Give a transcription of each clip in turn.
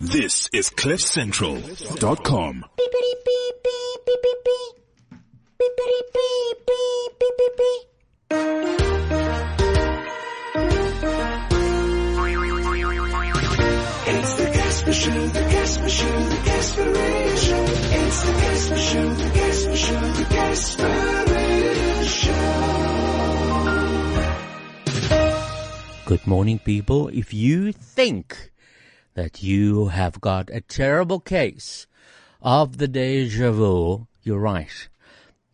This is CliffCentral.com. Beepity beep beep beep beep beep. Beepity beep beep beep beep beep. It's the Casper Show, the Casper Show, the Casper Radio Show. It's the Casper Show, the Casper Show, the Casper Radio Show. Good morning, people. If you think that you have got a terrible case of the deja vu, you're right.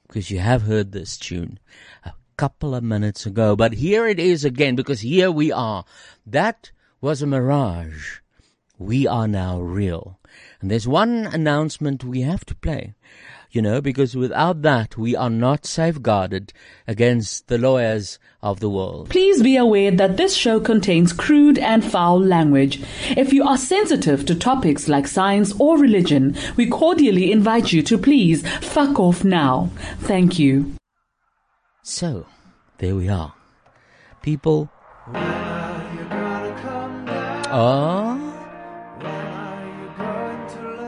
Because you have heard this tune a couple of minutes ago. But here it is again, because here we are. That was a mirage. We are now real. And there's one announcement we have to play, you know, because without that, we are not safeguarded against the lawyers of the world. Please be aware that this show contains crude and foul language. If you are sensitive to topics like science or religion, we cordially invite you to please fuck off now. Thank you. So, there we are. People. Ah.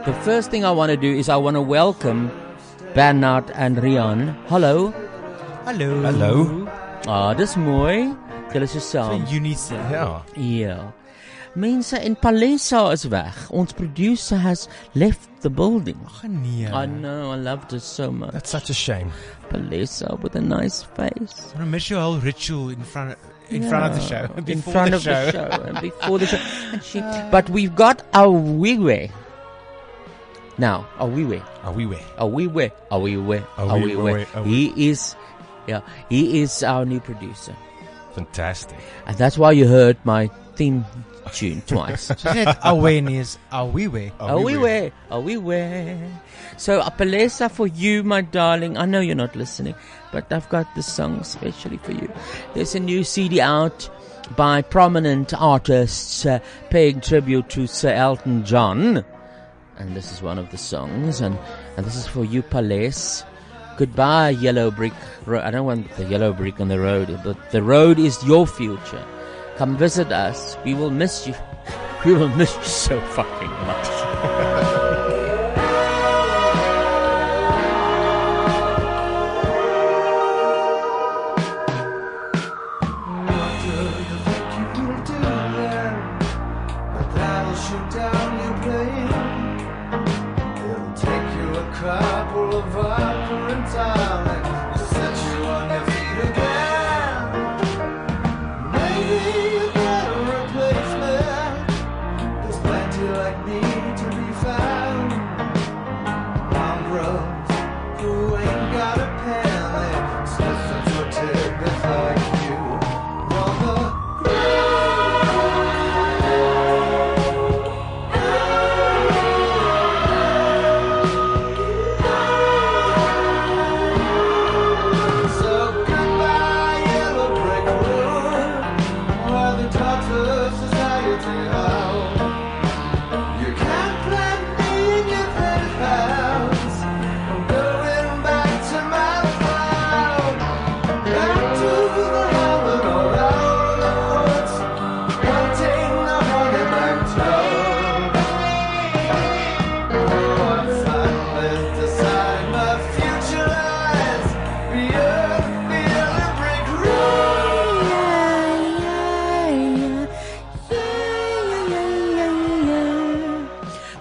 The first thing I want to do is I want to welcome Bernard and Rian. Hallo. Hallo. Hallo. Ah, dis mooi. Julle is so saam. Unison. Ja. Ja. Mense in Palesa is weg. Ons producer has left the building. Nee. I know, I loved her so much. That's such a shame. Palesa with a nice face. What a Michelle ritual in front of, in front of the show. Before Uh, in front the of show. Uh. the show and before the show. And she, but we've got a wee wee. Now, a wee wee, Are we where? a wee wee, a wee wee, A a wee wee wee, wee. a wee He is, yeah, he is our new producer, Fantastic. and that's why you heard my theme tune twice. Isn't it awareness? Are we where? A wee wee, a wee wee. So, a palesa for you, my darling. I know you're not listening, but I've got this song especially for you. There's a new CD out by prominent artists uh, paying tribute to Sir Elton John. And this is one of the songs, and, and this is for you, Palais. Goodbye, yellow brick road. I don't want the yellow brick on the road, but the road is your future. Come visit us. We will miss you. We will miss you so fucking much. What do you think you will do then? But that'll shoot down your plane. It'll take you a couple of opulent darling to set you on your feet again. Maybe you get a replacement. There's plenty like me to be found. Mongrels who ain't got a pen, they sniff and protect like you. On the So goodbye, yellow brick road, where the dogs of society howl. You can't plant me in your pretty house. I'm going back to my town. Back to the hammer, go round the woods, hunting the honeymoon town. Once I lived aside my future lies beyond the yellow brick road.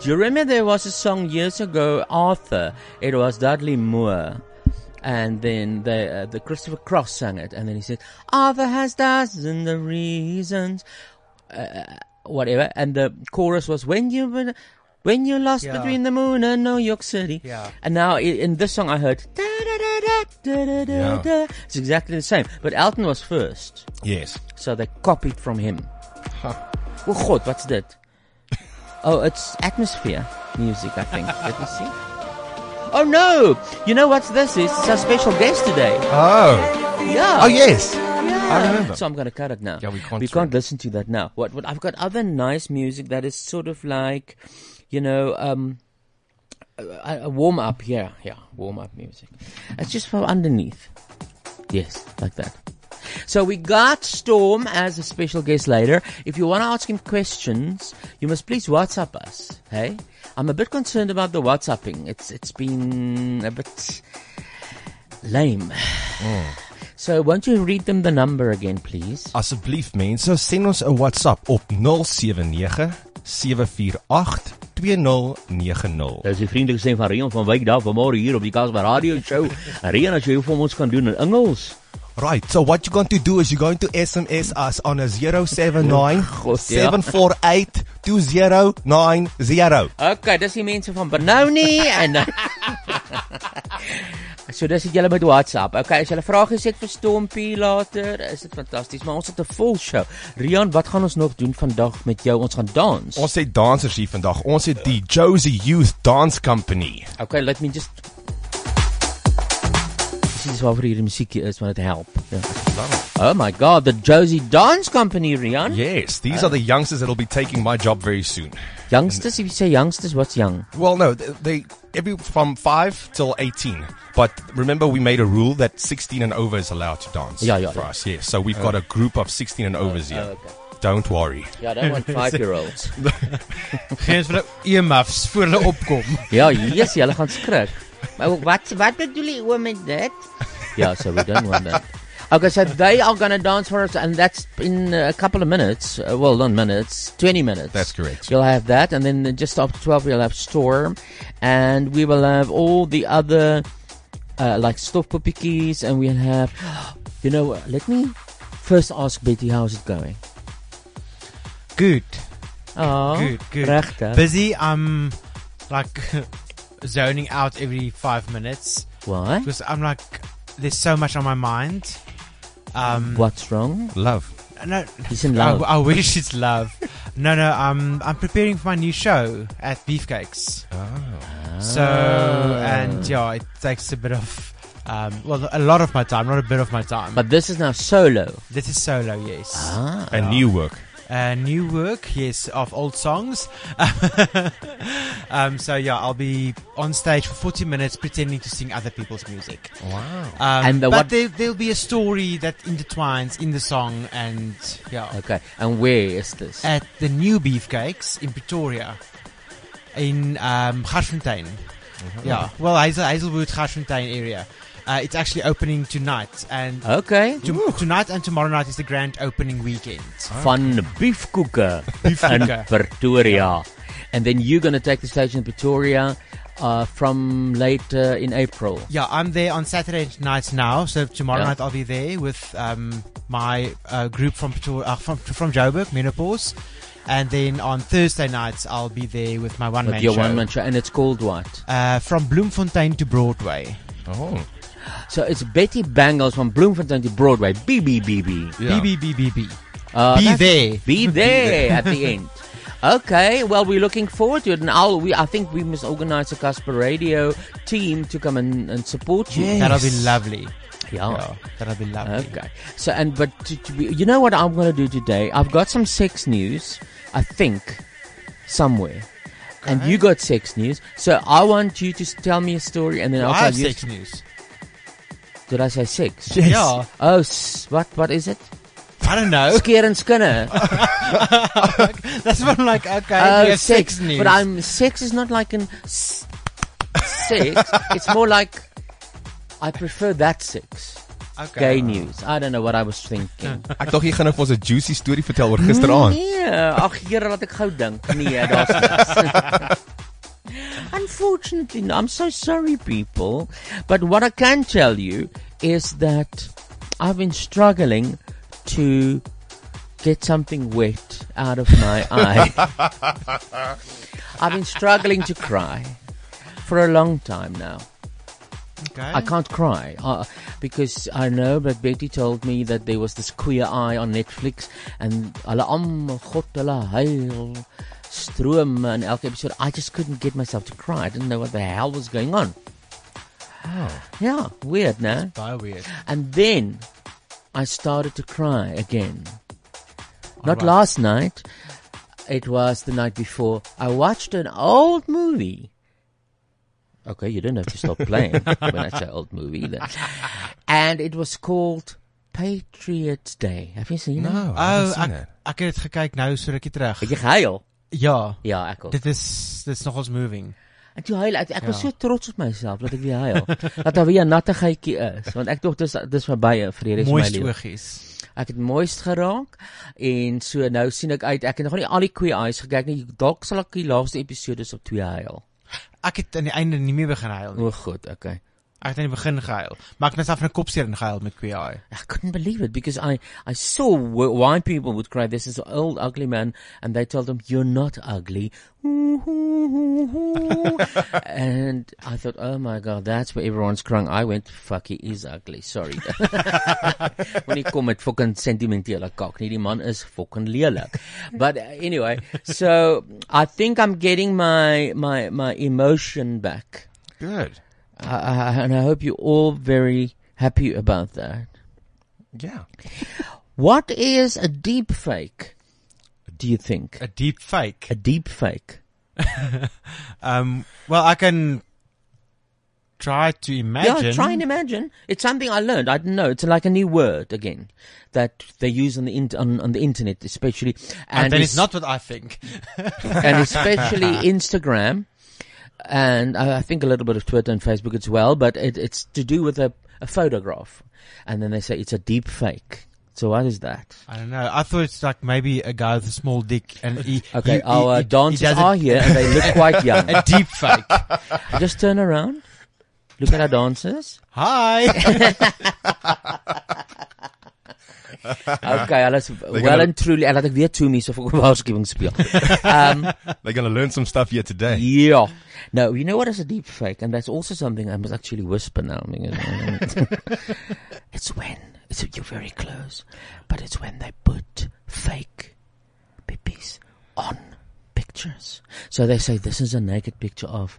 Do you remember there was a song years ago, Arthur? It was Dudley Moore. And then the, uh, the Christopher Cross sang it. And then he said, Arthur has dozens of reasons. Uh, whatever. And the chorus was, when you were, when you lost Yeah. between the moon and New York City. Yeah. And now i- in this song I heard, da da da da da da da Yeah. da. It's exactly the same. But Elton was first. Yes. So they copied from him. Oh god, what's that? Oh, it's atmosphere music, I think. Let me see. Oh no! You know what this is? It's our special guest today. Oh. Yeah. Oh yes. Yeah. I remember. So I'm gonna cut it now. Yeah, we can't We throw can't it. listen to that now. What? What? I've got other nice music that is sort of like, you know, um, a, a warm up. Yeah, yeah, warm up music. It's just for underneath. Yes, like that. So we got Storm as a special guest later. If you want to ask him questions, you must please WhatsApp us. Hey, I'm a bit concerned about the WhatsApping. It's it's been a bit lame. Hmm. So won't you read them the number again, please? Asseblief mense, send ons 'n WhatsApp op 079 748 2090. Dis die vriendelike stem van Rion van Wyk daar vanmôre hier op die Kasper Radio Show. Rion, as jy vir ons kan doen in Engels. Right, so what you're going to do is you're going to SMS us on a 079 ja. 748 2090. Okay, dis die mense van Benoni en eh, So dis het julle met WhatsApp. Okay, as julle vragies het vir Stompie later, is dit fantasties, maar ons het 'n vol show. Rian, wat gaan ons nog doen vandag met jou? Ons gaan dans. Ons het dansers hier vandag. Ons het die Josie Youth Dance Company. Okay, let me just Dit is waar vir hierdie musiekie is want dit help. Ja. Oh my god, the Josie Dance Company, Rian. Yes, these are the youngsters that'll be taking my job very soon. Youngsters, if you say youngsters, what's young? Well, no, th- they every from 5 till 18. But remember we made a rule that 16 and over is allowed to dance Yeah, yeah, for yeah. us. Yes. So we've got a group of 16 and overs here. okay. Don't worry. Ja, dan want 5-year-olds. Geen vir eemafs voor hulle opkom. Ja, yes, julle gaan skrik. Maar wat wat bedoel jy oom met dit? Ja, so we don't want that. Okay, so they are going to dance for us and that's in uh, a couple of minutes. Uh, well, not minutes, 20 minutes. That's correct. You'll have that and then just after 12 we'll have Storm and we will have all the other uh, like stofpoppies and we'll have you know, what, let me first ask Betty how's it going? Good. Oh, Good, good. Regtig? Busy. I'm like zoning out every five minutes Why? because I'm like, there's so much on my mind. Um, What's wrong? Love. no, He's in love. I, I wish it's love. no, no. I'm I'm preparing for my new show at Beefcakes. Oh. So and yeah, it takes a bit of. Um, well, a lot of my time, not a bit of my time. But this is now solo. this is solo, yes. Ah. A new work. uh, new work, yes, of old songs. um, so yeah, I'll be on stage for 40 minutes pretending to sing other people's music. Wow! Um, And the but what- there, there'll be a story that intertwines in the song, and yeah, Oh. Okay, and where is this? at the new Beefcakes in Pretoria, in um, Garsfontein. Mm-hmm. Yeah, well, Hazel, Hazelwood, Garsfontein area. Uh, it's actually opening tonight, and Okay. to- tonight and tomorrow night is the grand opening weekend. Van beefkoeken in Beefkoeken. Pretoria. And then you're going to take the stage in Pretoria uh, from later in April. Yeah, I'm there on Saturday night now. So tomorrow Yeah. night I'll be there with um, my uh, group from Pretor- uh, from from Joburg, Menopause, and then on Thursday nights I'll be there with my one With man your show. one man show. And it's called what? uh, from Bloemfontein to Broadway. Oh. So it's Betty Bangles from Bloemfontein to Broadway. BBBB. Yeah. B B B B B. Uh, Be that's- there. Be there at the end. Okay, well, we're looking forward to it, and I'll, we, I think we must organize a Casper Radio team to come and, and support you. That'll be lovely. Yeah. Yeah, that'll be lovely. Okay. So and but to, to be, you know what I'm going to do today? I've got some sex news, I think, somewhere. And you got sex news, so I want you to s- tell me a story, and then I I'll have tell you. sex news. Did I say sex? Yes. Yeah. Oh, s- what what is it? I don't know. Skeer and Skinner. That's what I'm like. Okay, Oh, you have sex, news. But I'm sex is not like an s- sex. it's more like I prefer that sex. okay. Gay news. I don't know what I was thinking. Ek dink jy gaan nou vir ons 'n juicy storie vertel oor gisteraand. Nee, ag Here, laat ek gou dink. Nee, daar's niks. Unfortunately, no, I'm so sorry people, but what I can tell you is that I've been struggling to get something wet out of my eye. I've been struggling to cry for a long time now. Okay. I can't cry uh, because I know that Betty told me that there was this queer eye on Netflix and hulle almal god hulle huil strome in elke episode. I just couldn't get myself to cry. I didn't know what the hell was going on. Yeah, weird, no? Bio weird. And then I started to cry again. Alright. Not last night, it was the night before. I watched an old movie. Okay, you don't have to stop playing when I say old movie either. And it was called Patriot Day. Have you seen it? No, I haven't Oh, seen ek it. ek het dit gekyk nou so rukkie terug. Het jy gehuil? Ja. Ja, ek ook. Dit is dit is nogals moving. En toe huil ek. Ek was Ja. so trots op myself dat ek weer huil. dat daar weer 'n nattigheidjie is, want ek dink dis dis verby eh, vir die res van my Mooiste lewe. oogies. Ek het mooist geraak en so nou sien ek uit. Ek het nog nie al die Queer Eyes gekyk nie. Dalk sal ek die laaste episode op twee huil. Ek het aan die einde nie meer begin huil nie. O, goed, okay. Ek het aan die begin gehuil, maar ek het myself in 'n kopseer ingehuil met QI. I couldn't believe it because I, I saw wh- why people would cry. This is an old ugly man, and they told him, "You're not ugly." and I thought, "Oh my god, that's where everyone's crying." I went, "Fuck, he is ugly." Sorry. When he kom met fucking sentimentele kak, nie die man is fucking lelik. But uh, anyway, so I think I'm getting my my my emotion back, Good. I, I, and I hope you're all very happy about that. Yeah. What is a deep fake? Do you think? A deep fake. A deep fake. Um well, I can try to imagine. Yeah, try and imagine. It's something I learned. I didn't know. It's like a new word again that they use on the in- on, on the internet, especially and, then it's es- not what I think. and especially Instagram, and I, I think a little bit of Twitter and Facebook as well. But it, it's to do with a, a photograph, and then they say it's a deep fake. So what is that? I don't know. I thought it's like maybe a guy with a small dick and he he- Okay, he- our he dancers does a- are here and they look quite young. A deep fake. Just turn around, look at our dancers. Hi. Okay, alles wel gaan- en truly. Laat ek weer toe mis of ek 'n waarskuwing speel. Um They're going to learn some stuff here today. yeah. No, you know what is a deep fake and that's also something I must actually whisper now. it's when it's you're very close, but it's when they put fake pippies on pictures. So they say this is a naked picture of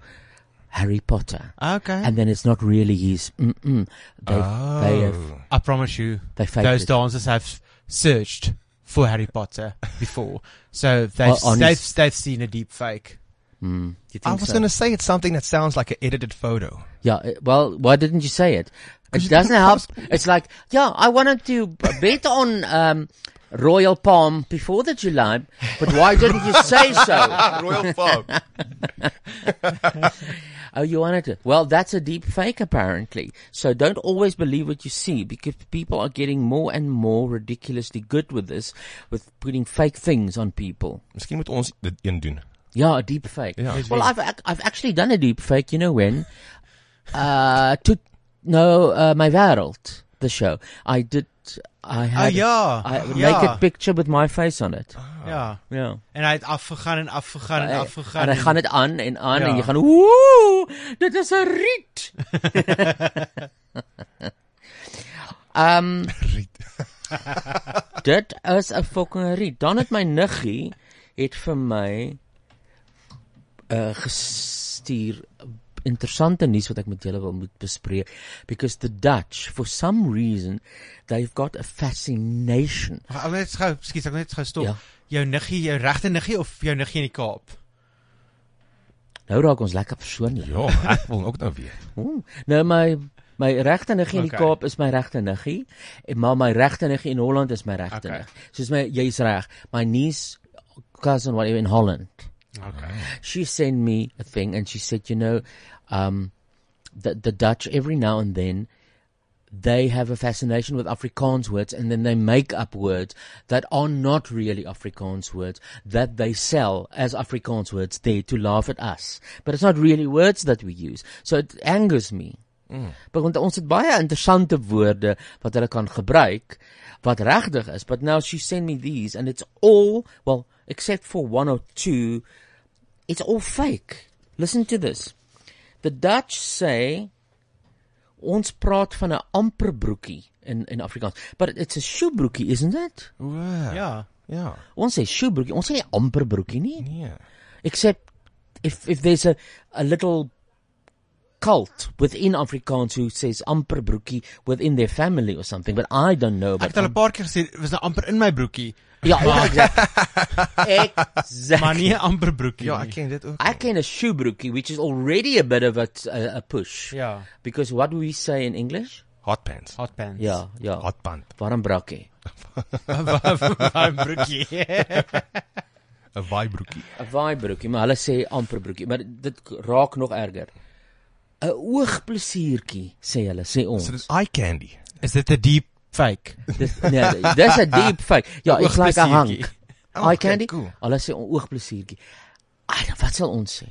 Harry Potter. okay. And then it's not really his. Mm-mm. They, they Oh. have, Oh. I promise you, They faked those it. dancers have searched for Harry Potter before, so they've Well, on they've, his- they've seen a deep fake. you think I was so? going to say it's something that sounds like an edited photo. Yeah, uh, well, why didn't you say it? It doesn't help. It's like, yeah, I wanted to b- bet on um, Royal Palm before the July, but why didn't you say so? Royal Farm. Oh, you wanted to. Well, that's a deep fake, apparently. So don't always believe what you see because people are getting more and more ridiculously good with this, with putting fake things on people. Miskien moet ons dit een doen. Yeah, a deep fake. Yeah. Well, I've ac- I've actually done a deep fake. You know when? Uh, to no, uh, my wereld, the show. I did. I had yeah. I had a Yeah. naked picture with my face on Ah. it. Yeah, Yeah. and I afgegaan en afgegaan en afgegaan. en hy en- gaan dit aan en aan en Ja. jy gaan ooh, dit is 'n riet. um Dit is 'n fucking riet. Dan het my niggie het vir my uh gestuur interessante nuus wat ek met julle wil moet bespreek because the Dutch for some reason they've got a fascination Ag, Ek wil net gou, skus, ek wil net gou stop. Ja. Jou niggie, jou regte niggie of jou niggie in die Kaap? nou raak ons lekker persoonlik Ja, ek wil ook nou weer. Ooh, nou my my regte niggie in die Okay. Kaap is my regte niggie, en maar my regte niggie in Holland is my regte Okay. okay. niggie. Soos my jy's reg, my niece cousin whatever in Holland. Okay. She sent me a thing and she said, you know, um the the Dutch every now and then they have a fascination with Afrikaans words and then they make up words that are not really Afrikaans words that they sell as Afrikaans words there to laugh at us. But it's not really words that we use. So it angers me. But want ons het baie interessante woorde wat hulle kan gebruik wat regtig is. But now she sent me these and it's all well except for one or two it's all fake. Listen to this. The Dutch say ons praat van 'n amper broekie in in Afrikaans. But it's a shoebroekie, isn't it? Ja. Ja. Ons sê shoebroekie, ons sê nie amper broekie nie. Nee. Except if if there's a a little cult within Afrikaans who says amper broekie within their family or something, but I don't know Ek about het al 'n paar keer gesê, was nou amper in my broekie, Ja, ja, exact. exactly. maar nie 'n amper broekie Ja, nie. ek ken dit ook. I can a shoebrookie, which is already a bit of a, a, a push. Yeah. Because what do we say in English? Hot pants. Ja. Hot pants. Ja, ja. Hot pant. Warm brakkie. Warm broekie. 'n Waaibroekie. 'n Waai broekie, maar hulle sê amper broekie, maar dit k- raak nog erger. 'n Oogplesiertjie sê hulle, sê ons. So dis eye candy. Is dit 'n deep fake? Dis nee, dis 'n deep fake. Ja, it's like a Oogplesiertjie. hunk. Eye okay, candy. cool. Hulle sê o- oogplesiertjie. Ai, wat sal ons sê?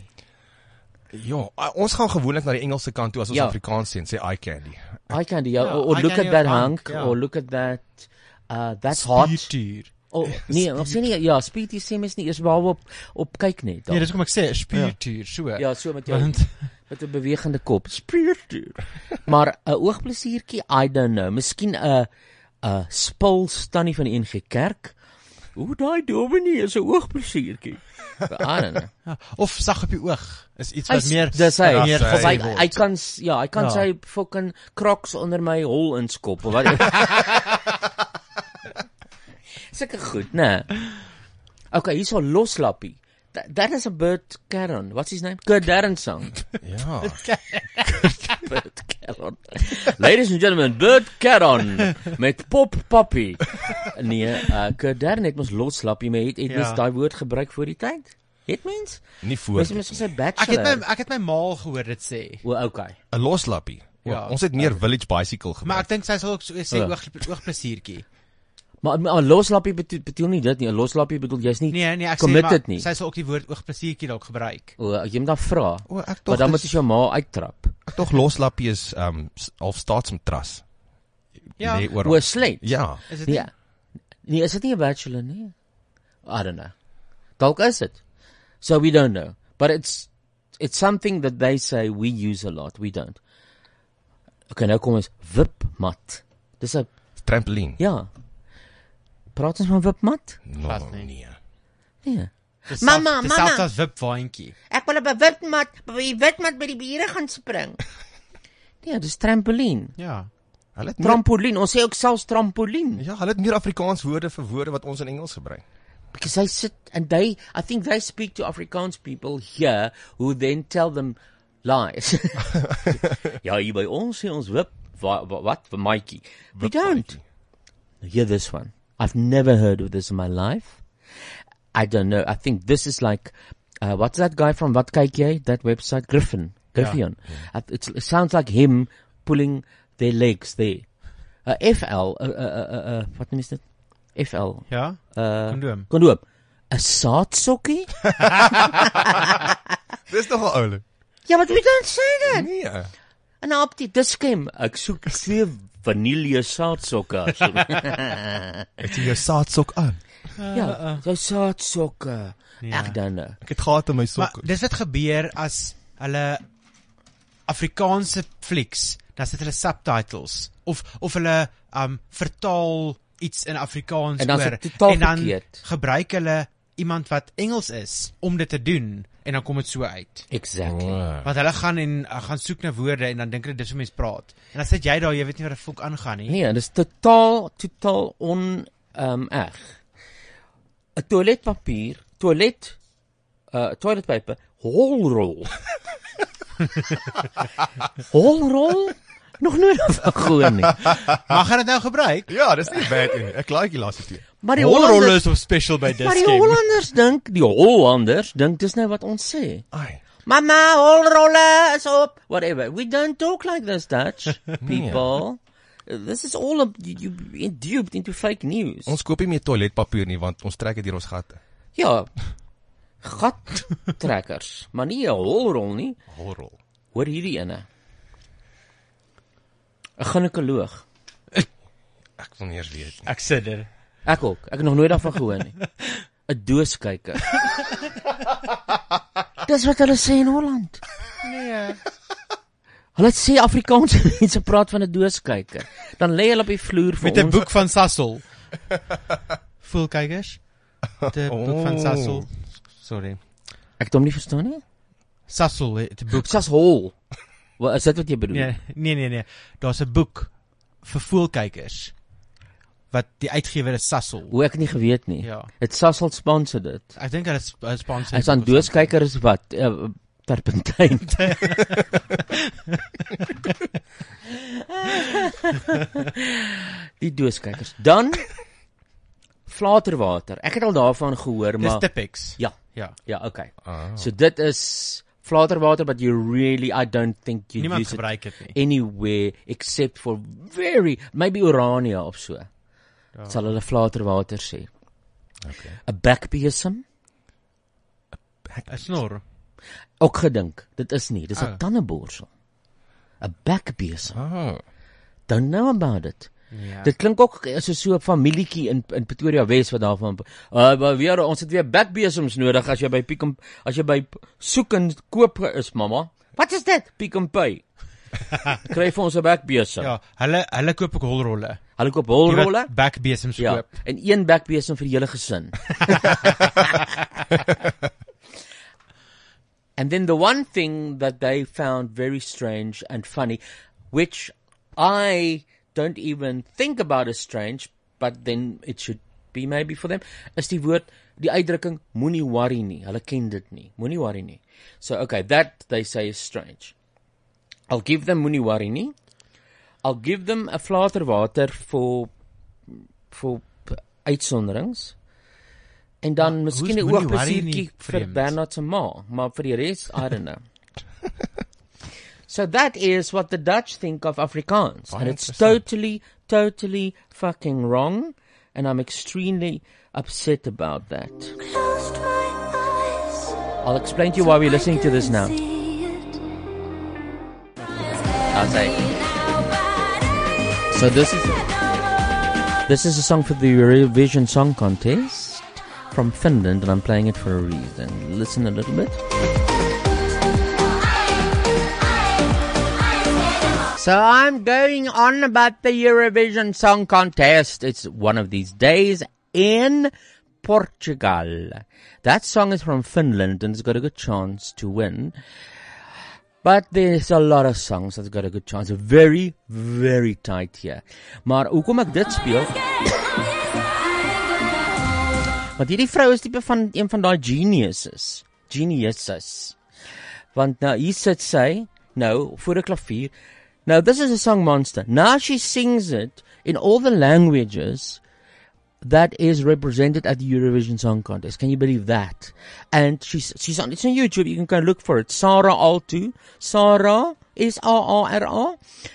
Ja, uh, ons gaan gewoonlik na die Engelse kant toe as ons Ja. Afrikaans sê en sê eye candy. Eye candy, ja, Ja, or, or eye look candy at that of hunk, hunk, ja. or look at that uh that's hot. Spiertuur. Oh, nee, ons sê nie ja, speed jy sê mens nie eers behalwe op op kyk net. Nee, Ja, dis kom ek sê, spiertuur, so. ja, so met jou Want met 'n bewegende kop. Spiertuur. Maar 'n oogplesiertjie, I don't know. Miskien 'n 'n spul tannie van die NG Kerk. Hoe daai dominee is 'n oogplesiertjie. I don't know. of sag op die oog is iets Hy wat s- meer Ja. dis hy. meer Dis Hy gesê word. hy kan s- ja, hy kan Ja. sy fucking crocs onder my hol inskop of wat. Sulke goed, né? Nee. Okay, hierso loslappie. That, that is a bird Karen. What's his name? Good Darren song. Ja. Bird Karen. Ladies and gentlemen, Bird Karen met Pop Papi. Nee, uh, Good Darren het mos loslappie, maar het, het Ja. mens daai woord gebruik voor die tyd? Het mens? Nie voor. Mens het mos gesê bachelor. Ek het my ek het my maal gehoor dit sê. O, okay. 'n Loslappie. Ja. Ja. Ons het meer village bicycle Maar gebruik. ek dink sy sal ook so sê Ja. oog oogplesiertjie. Maar 'n loslappie bedoel, bedoel nie dit nie. 'n Loslappie bedoel jy's nie Nee, nee, ek sê maar committed nie. sy sal ook die woord oogplesiertjie dalk gebruik. O, jy moet dan vra. O, ek Maar tog. dan moet jy dis- jou ma uittrap. tog loslappie is um s- half staatsmatras. Ja. Nee, oor. O, slet. Ja. Is dit nie? Nee. Nee, is dit nie 'n bachelor nie? I don't know. Dalk is dit. So we don't know. But it's it's something that they say we use a lot. We don't. Okay, nou kom ons wipmat. Dis 'n Trampoline. ja. Praat ons van wipmat? No, Glad nie. nee. Nee. Dis Mama, selfs- dis mama. Selfs as wipwaantjie. Ek wil op 'n witmat, by die witmat by die bure gaan spring. Nee, dis trampoline. Ja. Hulle het meer, Trampolien. Ons sê ook selfs trampolien. ja, hulle het meer Afrikaans woorde vir woorde wat ons in Engels gebruik. because they sit and they I think they speak to Afrikaans people here who then tell them lies. ja, hier by ons sê ons wip wa, wa, wat vir Maatjie. We don't. Hear this one. I've never heard of this in my life. I don't know. I think this is like uh, what's that guy from Wat kyk jy? That website Griffin. Griffin. Uh, it's, it sounds like him pulling their legs there. Uh, FL uh, uh, uh, uh, wat noem jy dit? FL. Ja. Uh, Kondoom. Kondoom. 'n Saadsokkie? Dis nogal oulik. ja, maar wie dan sê dit? Nee. 'n Haptie diskem. Ek soek twee vanilje saadsokke. asseblief. Het jy jou saadsok aan? ja, jou saadsokke. Nee. Ek dan. nou. Ek het gehad in my Maar sokke. dis wat gebeur as hulle Afrikaanse flieks, dan sit hulle subtitles of of hulle um vertaal iets in Afrikaans En dan is oor het totaal en dan verkeerd. gebruik hulle iemand wat Engels is om dit te doen en dan kom dit so uit. Exactly. Maar Want hulle gaan en uh, gaan soek na woorde en dan dink hulle dis hoe mense praat. En dan sit jy daar, jy weet nie wat 'n volk aangaan nie. Nee, dis totaal totaal on ehm um, eg. 'n Toiletpapier, toilet uh toiletpaper, holrol. holrol? Nog nooit van gehoor nie. Mag hulle dit nou gebruik? ja, dis nie bad nie. Ek like die laaste twee. Maar die Holrolle Hollanders is op special by Maar die Diskem. Hollanders dink, die Hollanders dink dis nou wat ons sê. Ai. Mama, holrolle is op. Whatever. We don't talk like this Dutch people. This is all a, you, you duped into fake news. Ons koop nie meer toiletpapier nie want ons trek dit deur ons gatte. Ja. Gat trekkers, maar nie 'n holrol nie. Horror. Hoor hierdie ene. 'n Ginekoloog. Ek wil nie eers weet nie. Ek er. sidder. Ek ook. Ek het nog nooit daarvan gehoor nie. 'n Dooskyker. Dis wat hulle sê in Holland. Nee. Hulle sê Afrikaanse mense praat van 'n dooskyker. Dan lê hulle op die vloer vir Met 'n ons. boek van Sassel. Voelkykers. Met 'n boek van Oh. Sassel. Sorry. Ek het hom nie verstaan nie. Sassel het 'n boek. Sas hol. Wat is dit wat jy bedoel? Nee, nee, nee, nee. Daar's 'n boek vir voelkykers wat die uitgewer is Sassel. Hoe ek nie geweet nie. Ja. Dit Sasol sponsor dit. Ek dink hulle is- hulle sponsor. As aan die boek van dooskyker is wat uh, Terpentijn. die dooskykers. Dan flaterwater. Ek het al daarvan gehoor, Dis maar Tipex. ja, Ja. Ah. ja, okay. So dit is flaterwater but you really I don't think you Niemand use it gebruik dit nie. anywhere except for very maybe Orania of so. Ja. Sal hulle flaterwater sê. Okay. 'n Bekbesem Ek snor. ook gedink. Dit is nie, dis 'n Ah. tandeborsel. 'n Bekbesem. Oh. Don't know about it. Ja. Dit klink ook so so 'n familietjie in in Pretoria Wes wat daarvan. Uh maar weer ons het weer bekbesems nodig as jy by Pick n as jy by p- soek en koop ge- is mamma. Wat is dit? Pick n Pay. Kry vir ons 'n bekbesem. Ja, hulle hulle koop ook holrolle. Hulle koop Die wat holrolle. Bekbesems Ja, koop. en een bekbesem vir die hele gesin. and then the one thing that they found very strange and funny, which I don't even think about as strange, but then it should be maybe for them, is die woord die uitdrukking moenie worry nie. Hulle ken dit nie. Moenie worry nie. So okay, that they say is strange. I'll give them moenie worry nie. I'll give them 'n flater water vir vir p- uitsonderings. En dan hoe's miskien 'n moenie oog worry nie plesiertjie vir vreemd? Bernard se ma, maar vir die res I don't know. so that is what the Dutch think of Afrikaans and it's totally totally fucking wrong and I'm extremely upset about that. Closed my eyes. I'll explain to you why we're listening to this now. I'll say. So this is this is a song for the Eurovision Song Contest from Finland, and I'm playing it for a reason. Listen a little bit. So I'm going on about the Eurovision Song Contest. It's one of these days in Portugal. That song is from Finland and it's got a good chance to win. But there's a lot of songs that's got a good chance. Very, very tight here. Maar hoekom ek dit speel? Want hierdie vrou is tipe van een van daai geniuses. Geniuses. Want nou hier sit sy nou voor 'n klavier. Now this is a song monster. Now she sings it in all the languages that is represented at the Eurovision Song Contest. Can you believe that? And she's she's on it's on YouTube. You can go look for it. Sarah Altu, Sarah S R R R R,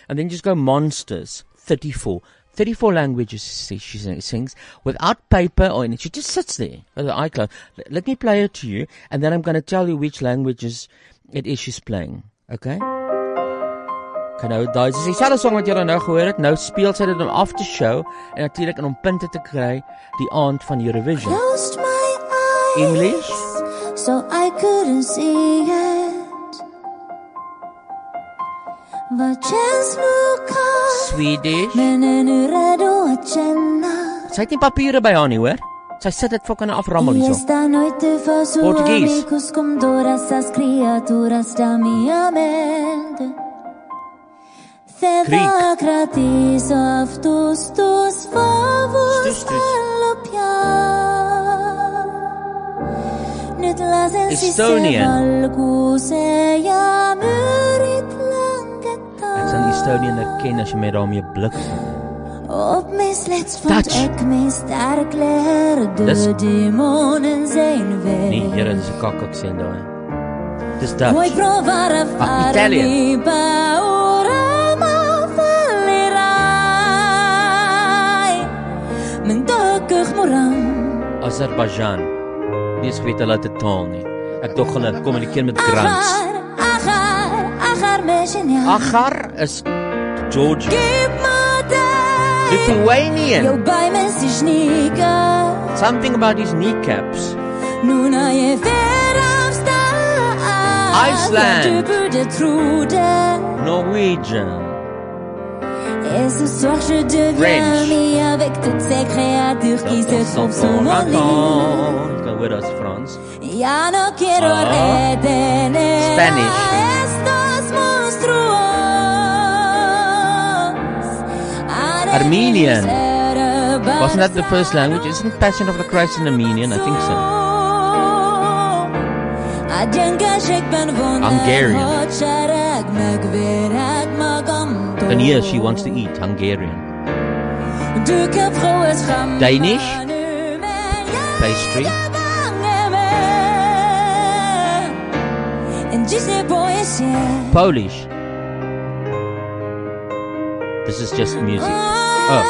and then just go monsters thirty four. 34 languages she she sing- sings without paper or anything. She just sits there with her eye closed. L- Let me play it to you, and then I'm going to tell you which languages it is she's playing. Okay? Kan nou daai dis dieselfde song wat julle nou gehoor het. Nou speel sy dit om af te show en natuurlik in om punte te kry die aand van Eurovision. Closed my eyes. English? So I couldn't see it. By chance, look up. Swedish. Men en u redo a cena. Sy het nie papiere by haar nie, hoor. Sy sit dit fucking aframmel Y hierso. esta noite faço Português. amigos com todas as criaturas da minha mente. Kriek. Cedo gratis aftos tus Stus, favos stus. galopjar. Nyt lasen Estonian. valkuuse ja myrit langettaa. Ek sal Estonië herken as jy met daarmee blik. Op mijn slechts vond Dutch. ik mijn sterk leren de Dis- demonen zijn weg. Nee, here, dis 'n kakak sien daai. Dis Vuoi Dutch. provare a Ah, farmi paura ma fallirai. Mijn dakkig moran. Azerbaijan. Nee, ek weet hulle het 'n taal nie. Ek dog hulle kommunikeer met grants. Agar, agar, agar me geniaal. Agar is Georgia. Geef me tijd. Lithuanian. Jou bij me si sneaker. Something about his kneecaps. Nu när jag ver avstånd. Iceland. Du borde tro det. Norwegian. Et ce soir je deviens French. ami avec toutes ces créatures qui se trouvent sous mon lit. France. Ya no quiero Ah. retener Spanish. a estos monstruos. Armenian. Wasn't that the first language? Isn't Passion of the Christ in Armenian? I think so. I I'm Hungarian. And And here she wants to eat Hungarian. Danish? Pastry? Polish. This is just music. Oh.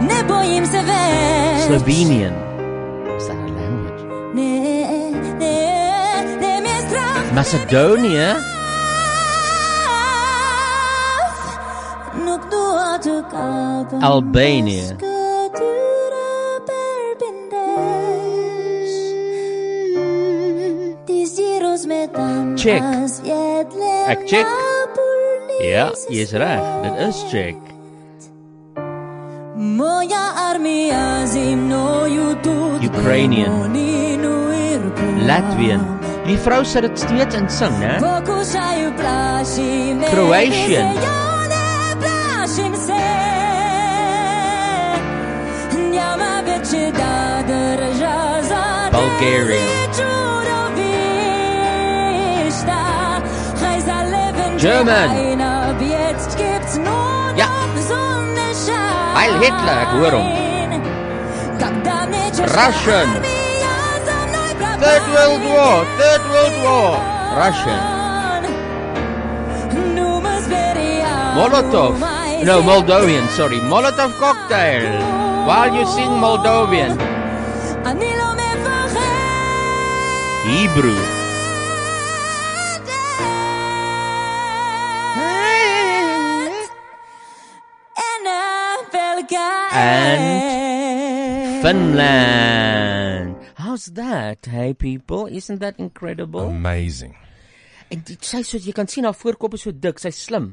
Nie boję się wejść. Slovenian. Is that a language? Nie, nie, nie mnie strach. Macedonia? Albania. Albania. Check. Check. Ek Ek check. check. Ja, jy's reg. Dit is Czech. Ukrainian. Ukrainian. Latvian. Die vrou sit dit steeds en sing, né? Croatian. Croatian. Bulgarian. German. Ja. Heil Hitler, ek hoor hom. Russian. Third World War, Third World War. Russian. Molotov. No, Moldovan, sorry. Molotov cocktail. While you sing Moldovan. Hebrew. And Finland. How's that? Hey people, isn't that incredible? Amazing. En dit sy so jy kan sien haar voorkop is so dik, sy's slim.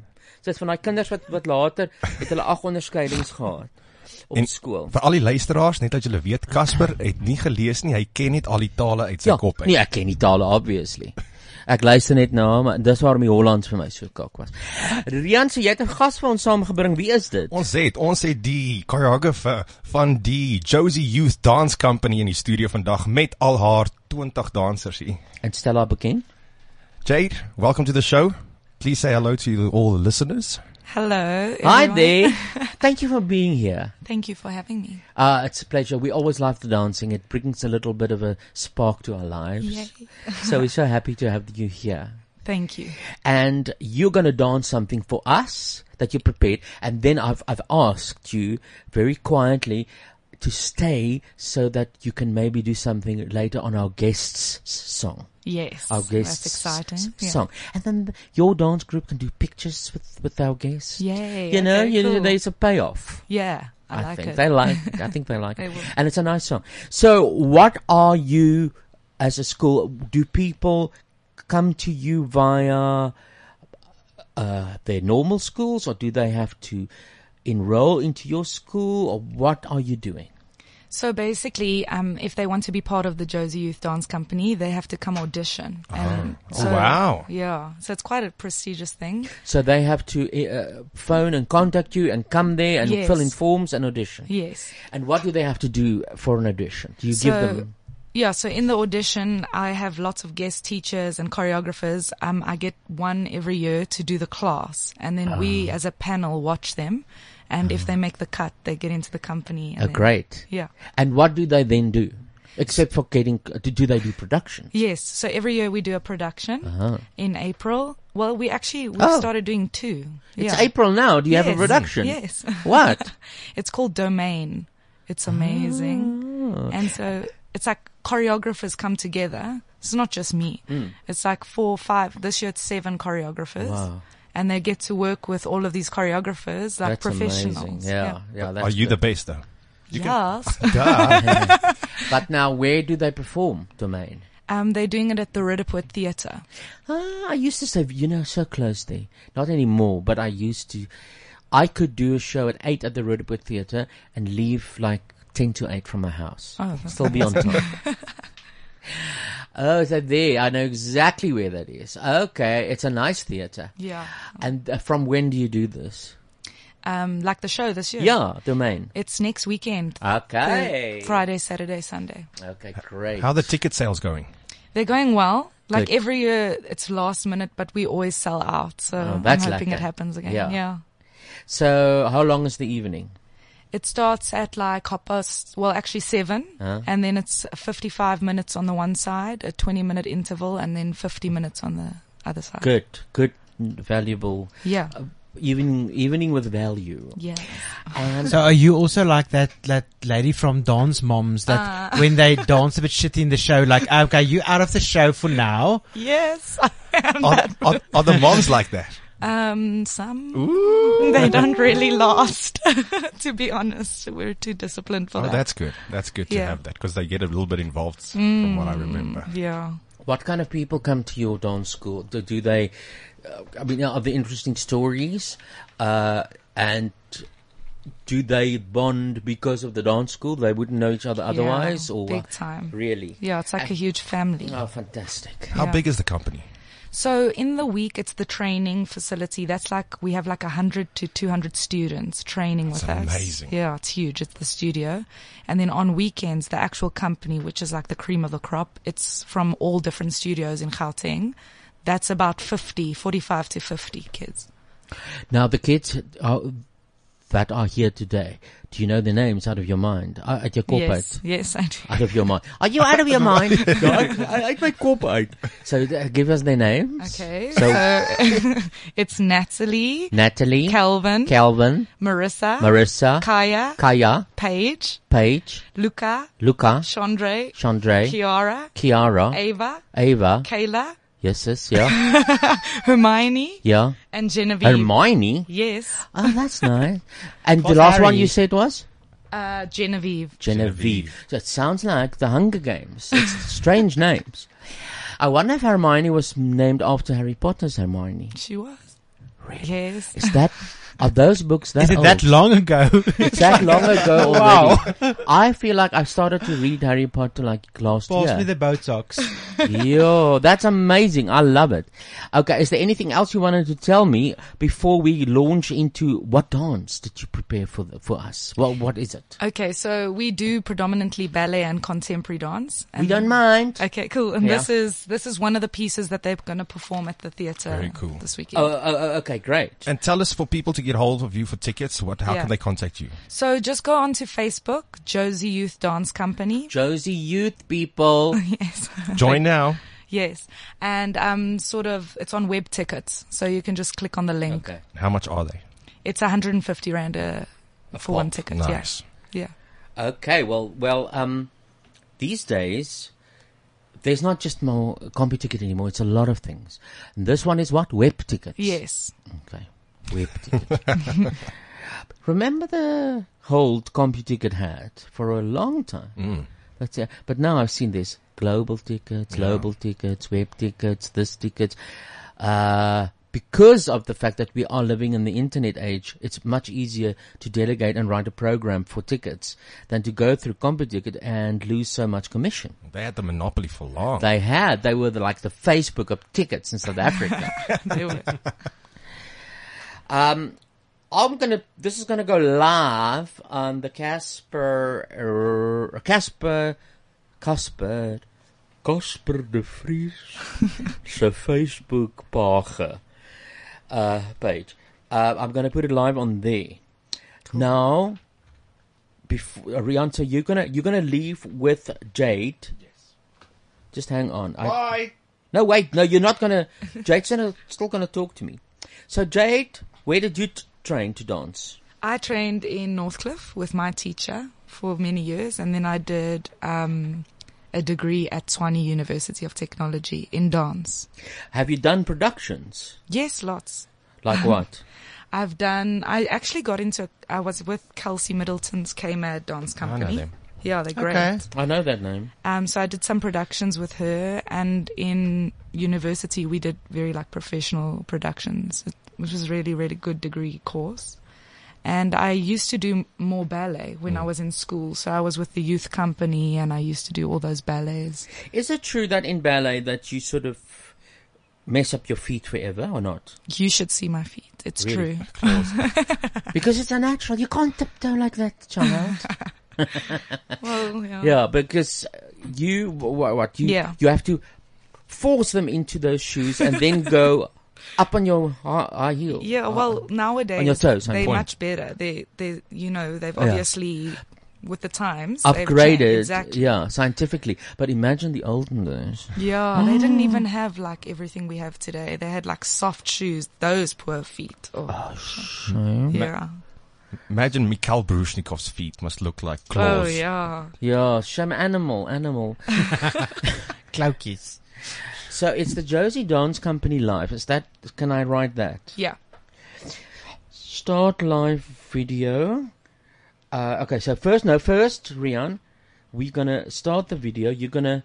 Sy's van daai kinders wat wat later het hulle ag onderskeidings gehad op En skool. Vir al die luisteraars, net dat julle weet, Casper het nie gelees nie. Hy ken net al die tale uit sy kop uit. nee, ek ken die tale obviously. Ek luister net na, maar dis waarom die Hollands vir my so kak was. Rian, so jy het 'n gas vir ons saamgebring. Wie is dit? Ons het ons het die choreographer van die Josie Youth Dance Company in die studio vandag met al haar 20 dansers hier. En stel haar bekend. Jade, welcome to the show. Please say hello to all the listeners. Hello. Hi everyone. there. Thank you for being here. Thank you for having me. Uh, it's a pleasure. We always love the dancing. It brings a little bit of a spark to our lives. Yay. so we're so happy to have you here. Thank you. and you're going to dance something for us that you prepared. And then I've, I've asked you very quietly to stay so that you can maybe do something later on our guests s- song. Yes. Our guests That's exciting. s- Yeah. song. And then th- your dance group can do pictures with, with our guests. Yay, You know, okay, you, cool. there's a payoff. Yeah. I, I, like think it. they like, I think they like They it. will. And it's a nice song. So what are you as a school? Do people come to you via uh, their normal schools or do they have to enroll into your school or what are you doing? so basically, um, if they want to be part of the Josie Youth Dance Company, they have to come audition. Oh. And Mm. so- wow. Yeah. So it's quite a prestigious thing. So they have to uh, phone and contact you and come there and Yes. fill in forms and audition. Yes. And what do they have to do for an audition? Do you so, give them Yeah, so in the audition, I have lots of guest teachers and choreographers. Um, I get one every year to do the class, and then we, Ah. as a panel, watch them. And if they make the cut, they get into the company. And a then- Ah. Oh, great? Yeah. And what do they then do? Except for getting, do, do they do production? Yes. So every year we do a production in April. Well, we actually we Uh-huh. Oh. started doing two. It's Yeah. April now. Do you have a Yes. production? Yes. What? It's called Domain. It's amazing. Ah. And so it's like choreographers come together. It's not just me. Hmm. It's like four, five. This year it's seven choreographers. Wow. And they get to work with all of these choreographers, like That's amazing. professionals. Yeah, yeah. that's Are you the good. best though? Yes. But now, where do they perform, Domain? um, they're doing it at the Riddiput Theatre. Ah, I used to say, you know, so close there. Not anymore, but I used to. I could do a show at 8 at the Rodeburg Theatre and leave like 10 to 8 from my house. Oh, that's Still be on time. oh, so there. I know exactly where that is. Okay, it's a nice theatre. Yeah. And uh, from when do you do this? Um, like the show this year. Yeah, Domain. It's next weekend. Okay. Friday, Saturday, Sunday. Okay, great. How are the ticket sales going? They're going well. Like Good. every year, it's last minute, but we always sell out. So Oh, that's I'm like hoping that. it happens again. Yeah. Yeah. So, how long is the evening? It starts at like half past, well, actually seven, Huh? and then it's 55 minutes on the one side, a 20 minute interval, and then 50 minutes on the other side. Good, good, valuable Yeah. evening. Evening with value. Yeah. And So are you also like that that lady from Dance Moms that when they dance a bit shitty in the show, like ah, okay, you out of the show for now? Yes. I am Oh. Are, that. are, are the moms like that? Um, some. They don't really last, to be honest. We're too disciplined for Oh, that. that's good. That's good to Yeah. Mm. have that because they get a little bit involved, from what I remember. yeah. what kind of people come to your dance school? Do, do they? Uh, I mean, are there interesting stories? Uh, and do they bond because of the dance school? They wouldn't know each other otherwise, or big what? time. Really? Yeah, it's like a huge family. Oh, fantastic! How Yeah. big is the company? So in the week, it's the training facility. That's like we have like hundred to two hundred students training with That's us. amazing. Yeah, it's huge. It's the studio, and then on weekends, the actual company, which is like the cream of the crop, it's from all different studios in Gauteng. That's about 50, 45 to 50 kids. Now the kids are, that are here today. Do you know their names out of your mind? Uh, at your corporate. Yes, yes, I do. Out of your mind. Are you out of your mind? no, I, I, I made corporate. So uh, give us their names. Okay, Uh, so, So it's Natalie, Natalie, Calvin, Calvin, Marissa, Marissa, Kaya, Kaya, Paige, Paige, Luca, Luca, Chandre, Chandre, Kiara, Kiara, Ava, Ava, Kayla, yes, yes, yeah, Hermione, yeah, and Genevieve. Hermione. yes, Oh, that's nice. And the What's last one Harry? you said was? uh, Genevieve. Genevieve. Genevieve. So it sounds like the Hunger Games. It's strange names. I wonder if Hermione was named after Harry Potter's Hermione. She was. Really? Yes. Is that are those books that Is it old? that long ago? It's that long ago already. I feel like I started to read Harry Potter like last Pass year. me the Botox. Yo, that's amazing. I love it. Okay, is there anything else you wanted to tell me before we launch into what dance did you prepare for the, for us? Well, what is it? Okay, so we do predominantly ballet and contemporary dance. And We don't mind. Okay, cool. And Yeah. this is this is one of the pieces that they're going to perform at the theater Very cool. Uh, this Oh, weekend. oh, oh, okay, great. And tell us for people to get hold of you for tickets. What? How Yeah. can they contact you? So just go onto Facebook, Josie Youth Dance Company. Josie Youth people. yes. Join now. Yes. And um sort of it's on web tickets. So you can just click on the link. Okay. How much are they? It's 150 rand a, for one ticket. yeah. Nice. Yeah. Okay, well, well, um, these days, there's not just more compu ticket anymore. It's a lot of things. And this one is what? Web tickets. Yes. Okay. Web ticket. Remember the hold compu ticket had for a long time? Mm. That's it. But now I've seen this global tickets, global tickets, web tickets, this tickets. Uh, because of the fact that we are living in the internet age, it's much easier to delegate and write a program for tickets than to go through CompuTicket and lose so much commission. They had the monopoly for long. They had, they were the, like the Facebook of tickets in South Africa. They were- Um, I'm gonna. This is gonna go live on the Casper, er, Casper, Casper, Casper de Vries se Facebook page. Uh, page. Uh, I'm gonna put it live on there. Now, before Rianta, you're gonna you're gonna leave with Jade. Yes. Just hang on. I- no, wait. No, you're not gonna. Jade's gonna, still gonna talk to me. So, Jade, where did you t- train to dance? I trained in Northcliffe with my teacher for many years, and then I did um, a degree at Swanee University of Technology in dance. Have you done productions? Yes, lots. Like what? I've done. I actually got into. I was with Kelsey Middleton's KMAD dance company. them. Yeah, they're great. Okay. I know that name. Um, so I did some productions with her, and in university we did very like professional productions, It- which was really really good degree course. And I used to do m- more ballet when Hmm. I was in school, so I was with the youth company, and I used to do all those ballets. Is it true that in ballet that you sort of mess up your feet forever or not? You should see my feet; it's Really? true. Because it's unnatural. You can't tiptoe like that, child. Well, yeah. yeah, because you wha- what you Yeah. you have to force them into those shoes and then go up on your high, high heel. Yeah, well, nowadays Uh, on your toes, on they're point. much better. They, they, you know, they've Yeah. obviously with the times they've changed. upgraded, Exactly. yeah, scientifically. But imagine the olden days. Yeah, they didn't Ah. even have like everything we have today. They had like soft shoes. Those poor feet. Oh, yeah. Imagine Mikhail Brushnikov's feet must look like claws. Oh yeah. Yeah, shame animal, animal. Cloukies. So it's the Josie Dance Company live. Is that? Can I write that? Yeah. Start live video. Uh, okay, so first, no, first, Rian, we're gonna start the video. You're gonna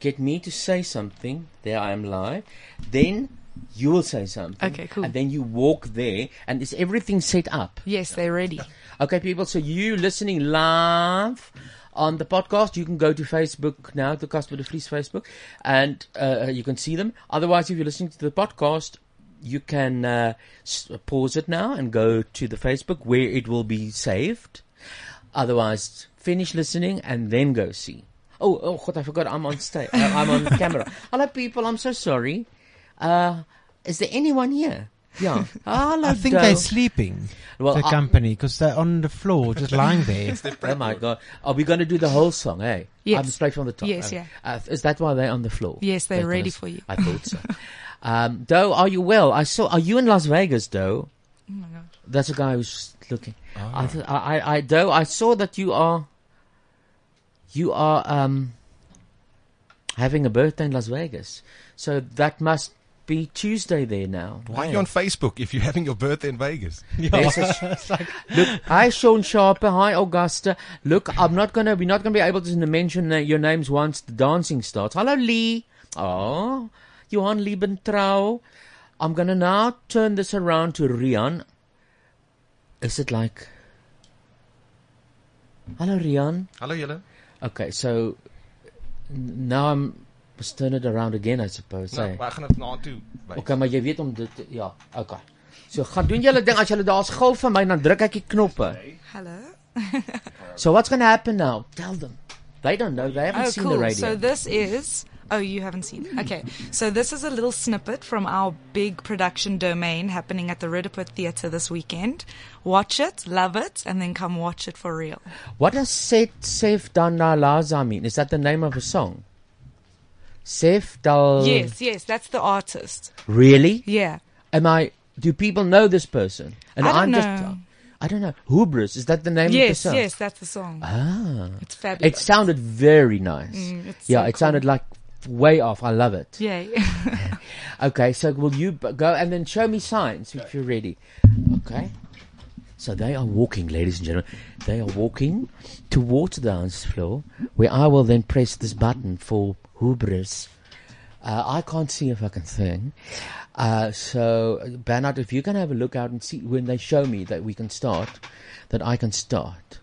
get me to say something. There, I am live. Then you will say something. Okay, cool. And then you walk there, and is everything set up? Yes, they're ready. Okay, people, so you listening live on the podcast, you can go to Facebook now, the Casper de Vries Facebook, and uh, you can see them. Otherwise, if you're listening to the podcast, you can uh, s- pause it now and go to the Facebook where it will be saved. Otherwise, finish listening and then go see. Oh, oh, God, I forgot I'm on stage. Uh, I'm on camera. Hello, people, I'm so sorry. Uh, is there anyone here? Yeah. Hello, I think Dale. they're sleeping. Well, the I- company because they're on the floor, just lying there. Oh my god! Are we going to do the whole song? Eh? Yes. I'm straight from the top. Yes, eh? yeah. Uh, is that why they're on the floor? Yes, they're gonna ready s- for you. I thought so. um, Doe, are you well? I saw. Are you in Las Vegas, Doe? Oh my Oh. gosh. That's a guy who's looking. I, th- I, I, I, Doe, I saw that you are. You are um. Having a birthday in Las Vegas, so that must be Tuesday there now. Why are you on Facebook if you're having your birthday in Vegas? There's a- Look, hi Sean Sharper, hi Augusta. Look, I'm not gonna, we're not gonna be able to mention uh, your names once the dancing starts. Hello Lee. Oh, Johan Liebentrau. I'm gonna now turn this around to Rian. Is it like? Hello Rian. Uh, Hello, Jelle. Okay, so n- now I'm must turn it around again, I suppose. eh? gaan het na toe. Okay, maar jy weet om dit te- ja, okay. So gaan doen julle ding as julle daar's gou vir my dan druk ek die knoppe. Hello. So what's going to happen now? Tell them. They don't know. They haven't Oh, seen cool. the radio. So this is. Oh, you haven't seen. Okay. So this is a little snippet from our big production domain happening at the Rediput Theatre this weekend. Watch it, love it, and then come watch it for real. what does Set Sef Dana Laza mean? Is that the name of a song? Sef Dal. Yes, yes, that's the artist. Really? Yeah. Am I? Do people know this person? And I don't am know. just. I don't know. Hubris. Is that the name of the Yes, song? yes, that's the song. Ah. It's fabulous. It sounded very nice. Mm, it's yeah, so it cool. sounded like way off. I love it. Yay. Okay, so will you b- go and then show me signs if you're ready? Okay. So they are walking, ladies and gentlemen. They are walking towards the dance floor, where I will then press this button for hubris. Uh, I can't see a fucking thing. Uh, so, uh, Bernard, if you can have a look out and see when they show me that we can start, that I can start.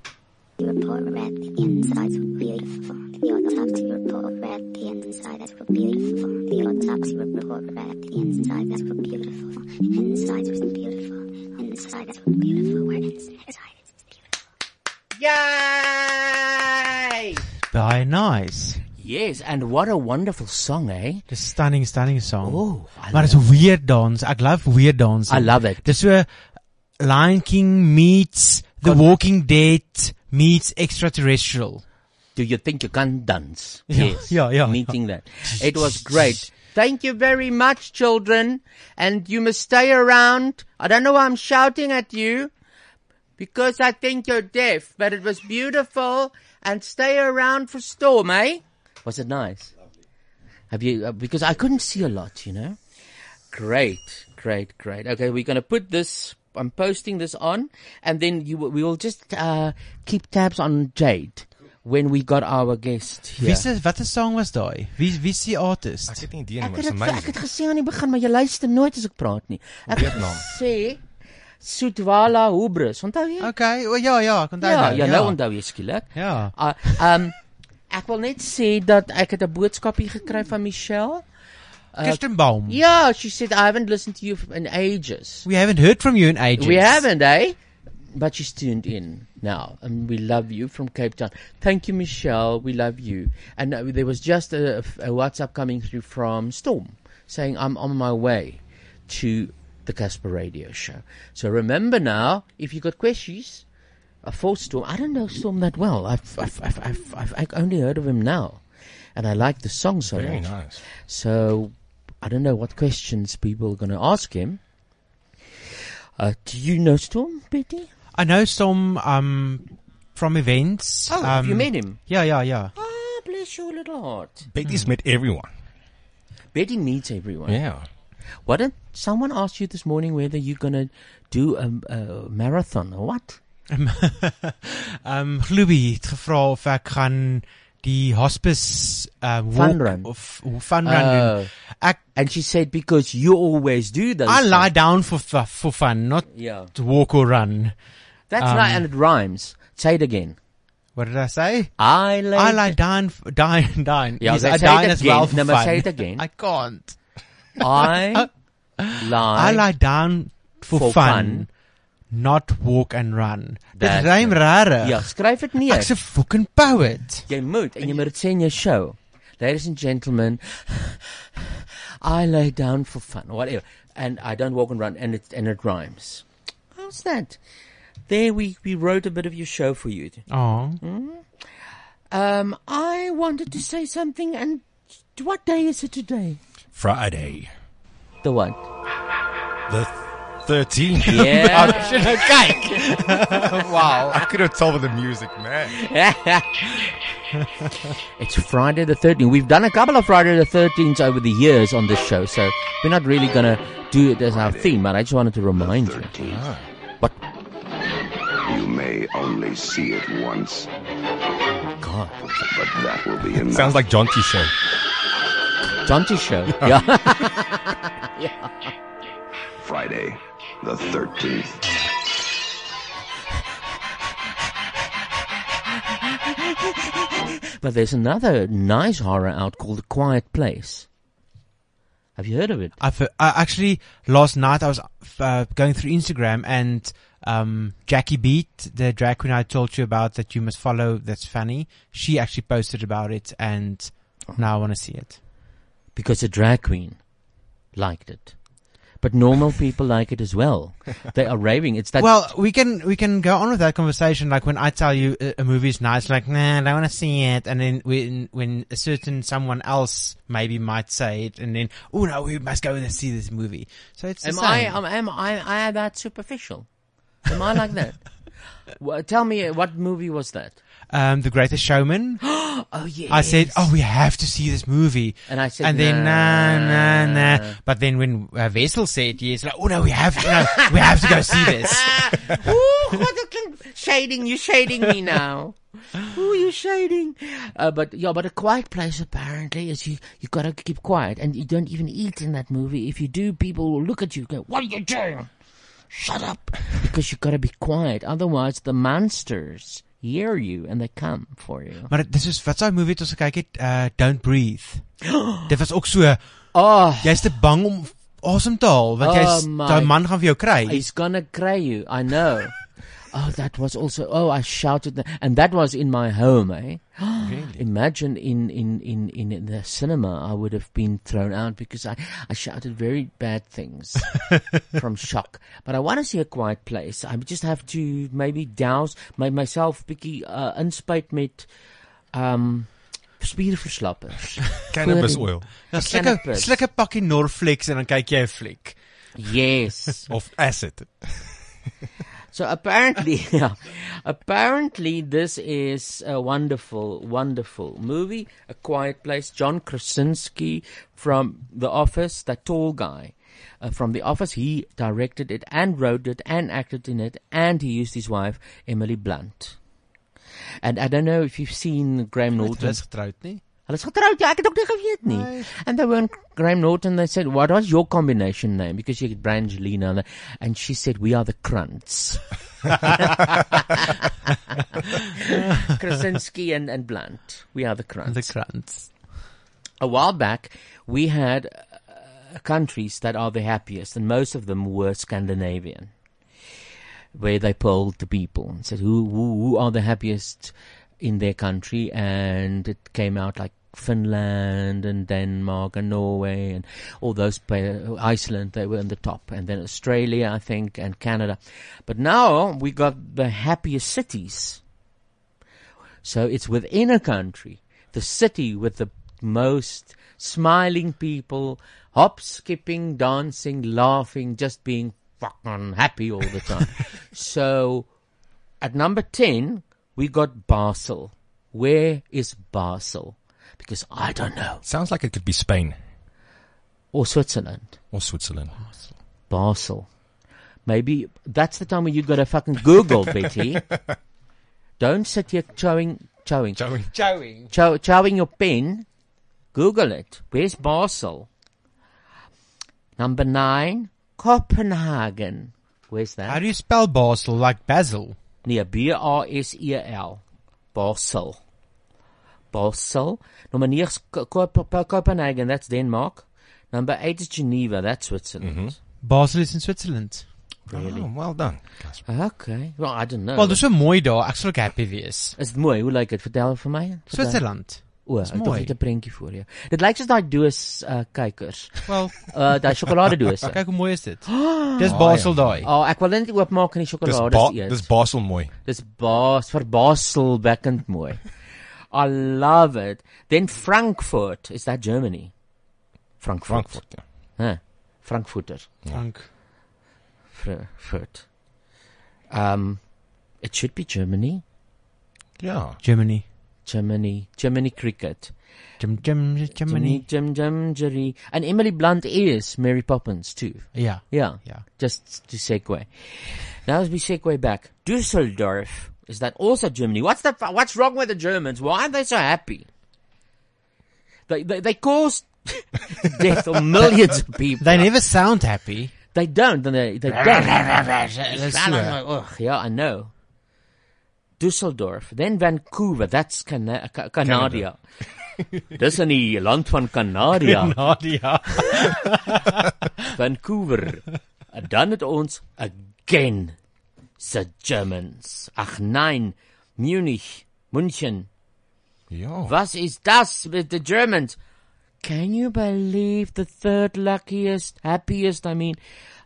You pull red insides were beautiful. Your tops were pull red insides were beautiful. Your tops were pull red insides were beautiful. Insides were beautiful. Insides were beautiful. Where insides beautiful. Yay! Very nice. Yes, and what a wonderful song, eh? Just stunning, stunning song. Oh, I maar love it's a weird dance. Ek love weird dance. I love it. Dis so Lion King meets The Con- Walking Dead meets extraterrestrial. Do you think you can dance? Yeah, Yes. yeah, yeah. Meeting that. It was great. Thank you very much, children. And you must stay around. I don't know why I'm shouting at you because I think you're deaf, but it was beautiful. And stay around for storm, eh? Was it nice? Have you, uh, because I couldn't see a lot, you know? Great, great, great. Okay, we're going to put this. I'm posting this on, and then you, we will just uh, keep tabs on Jade when we got our guest Wie here. se wat 'n song was daai? Wie wie se Ek artist? het nie idee nie, Ek maar het it's dit ek amazing. het gesê aan die begin, maar jy luister nooit as ek praat nie. Ek het Vietnam. sê Sutwala Hubris. Onthou jy? Okay, o ja ja, ek onthou Ja, nou, ja, nou onthou jy skielik. Ja. Uh, um ek wil net sê dat ek het 'n boodskapie gekry van Michelle. Eh, Kirstenbaum. Ja, she said I haven't listened to you in ages. We haven't heard from you in ages. We haven't, eh? but she's tuned in now, and we love you from Cape Town. Thank you, Michelle. We love you. And uh, there was just a, a WhatsApp coming through from Storm saying, "I'm on my way to the Casper Radio Show." So remember now, if you got questions, a full Storm. I don't know Storm that well. I've I've I've I've, I've, I've only heard of him now, and I like the song so Very much. nice. So I don't know what questions people are going to ask him. Uh, do you know Storm, Betty? I know some um from events. Oh, um, have you met him? Yeah, yeah, yeah. Ah, bless your little heart. Betty's met everyone. Hmm. Betty meets everyone. Yeah. Why don't someone asked you this morning whether you're gonna do a, a marathon or what? Um Ruby het gevra of ek gaan die hospice uh walk Fun run. Oh. of fun run doen. Ek And she said because you always do those. I lie things." down for fu- for fun, not Yeah, to walk or run. that's Um, right, and it rhymes. Say it again. What did I say? I lay. I lie down, f- dine, dine. Yeah, yes, okay, I say it dine as again. Nou, well for No, but fun. say it again. I can't. I lie. I, lie down for, For fun, fun. not walk and run. Dit That's rym it. rarig. Ja, skryf dit neer. Ek's 'n fucking poet. Jy moet en jy moet dit sê in jou show. Ladies and gentlemen, I lay down for fun or whatever and I don't walk and run and it and it rhymes. How's that? There we we wrote a bit of your show for you. Oh. Hmm. Um I wanted to say something and what day is it today? Friday. The what? The 13th. Yeah. wow. I could have told with the music, man. It's Friday the 13th. We've done a couple of Friday the 13th over the years on this show, so we're not really going to do it as our theme, but I just wanted to remind you. What? You may only see it once, God. but that will be enough. Sounds like John T. Show. Jaunty show. Yeah. Friday, the 13th. but there's another nice horror out called The Quiet Place. Have you heard of it? I've uh, actually last night I was uh, going through Instagram and um, Jackie Beat, the drag queen I told you about that you must follow, that's funny. She actually posted about it, and Oh. now I want to see it. Because a drag queen liked it. But normal people like it as well. They are raving. It's that. Well, we can we can go on with that conversation. Like when I tell you a, a movie's nice, like nah, I don't want to see it, and then when when a certain someone else maybe might say it, and then oh no, we must go and see this movie. So it's the am same. I, am, am I, I that superficial? Am I like that? well, tell me, uh, what movie was that? um, The Greatest Showman. Oh, yeah. I said, "Oh, we have to see this movie," And I said, and then nah, "Nah." nah, nah. But then when uh, Vessel said yes, like, "Oh no, we have, to, no, we have to go see this." Ooh, God, I can- shading, you shading me now. Ooh, you shading. Uh, but yeah, but a quiet place apparently is you. You gotta keep quiet, and you don't even eat in that movie. If you do, people will look at you. and Go, what are you doing? Shut up, because you gotta be quiet. Otherwise, the monsters hear you and they come for you. Maar dit is wat sou movie het ons gekyk het, uh, Don't Breathe. Dit was ook so, Oh, jy's te bang om asem te haal want jy's Oh my- daai man gaan vir jou kry. he's gonna cry you. I know. Oh, that was also. Oh, I shouted, that, and that was in my home, eh? Imagine in, in, in, in the cinema, I would have been thrown out because I, I shouted very bad things from shock. But I want to see a quiet place. I just have to maybe douse my, myself, bietjie uh, inspyt met um, spierverslappers. Cannabis Voorheen. oil. Dan sluk 'n cannabis. sluk 'n pakkie Norflex en dan kyk jy 'n fliek. Yes. Of acid. So apparently, yeah, apparently this is a wonderful, wonderful movie. A Quiet Place. John Krasinski from The Office, that tall guy uh, from The Office. He directed it and wrote it and acted in it, and he used his wife Emily Blunt. And I don't know if you've seen Graham Norton. Dis getroud nie. Hulle is getroud, ja, ek het ook nie geweet nie. And they were in Graham Norton they said, "What was your combination name?" Because she had Brangelina and- and she said, "We are the Krunts." Krasinski and, and Blunt. We are the Krunts. The Krantz. A while back, we had uh, countries that are the happiest, and most of them were Scandinavian. where they polled the people and said who, who who are the happiest in their country, and it came out like Finland and Denmark and Norway and all those pa- Iceland they were in the top, and then Australia I think and Canada, but now we got the happiest cities. So it's within a country, the city with the most smiling people, hop, skipping, dancing, laughing, just being fucking happy all the time. so at number 10, we got Basel. Where is Basel? Because I don't know. Sounds like it could be Spain Or Switzerland. or Switzerland. Basel. Maybe that's the time when you gotta fucking Google, Betty. Don't sit here chowing, chowing, Joey. Joey. chow, chowing your pen. Google it. Where's Basel? Number nine, Copenhagen. Where's that? How do you spell Basel? Like Basil? Nee, B-A-S-E-L. E Basel. Basel. Number 9 is Co- Co- Co- Copenhagen, that's Denmark. Number 8 is Geneva, that's Mm-hmm. Switzerland. Basel is in Switzerland. Oh, well done. Okay. Well, I don't know. Wel, dis so mooi daar. Ek sal ook happy wees. Is dit mooi? Hoe lyk dit? Vertel vir my. Vertel. Switserland. O, ek dink mooi. dit 'n prentjie voor jou. Dit lyk soos daai doos uh, kykers. Wel, Uh daai sjokoladedose. kyk hoe mooi is dit. Dis Basel daai. Oh, ek wil dit nie oopmaak en die Dis, sjokolade ba- eet. dis Basel mooi. Dis baas verbaselwekkend mooi. I love it. Then Frankfurt, is that Germany? Frankfurt. Frankfurt. Ja. Huh. Frankfurter. Frank. Frankfurt. Um it should be Germany. ja. Germany. Germany. Germany cricket. Jim Jim Germany, Germany. Jim Jim Jerry. And Emily Blunt is Mary Poppins too. Ja. Yeah. Yeah. Just to segue. Now as we segue back, Dusseldorf is that also Germany? What's the fu- what's wrong with the Germans? Why are they so happy? They they, they caused death of millions of people. They never sound happy. They don't. Then they they don't. Dis so. Ugh, yeah, oh. I know. Dusseldorf, then Vancouver. That's Cana- Ca- Canada. Dis in die land van Kanadia. Nadia. Vancouver. En dan het ons again the Germans. Ach nein, Munich, München. Ja. Was is das with the Germans? Can you believe the third luckiest, happiest, I mean,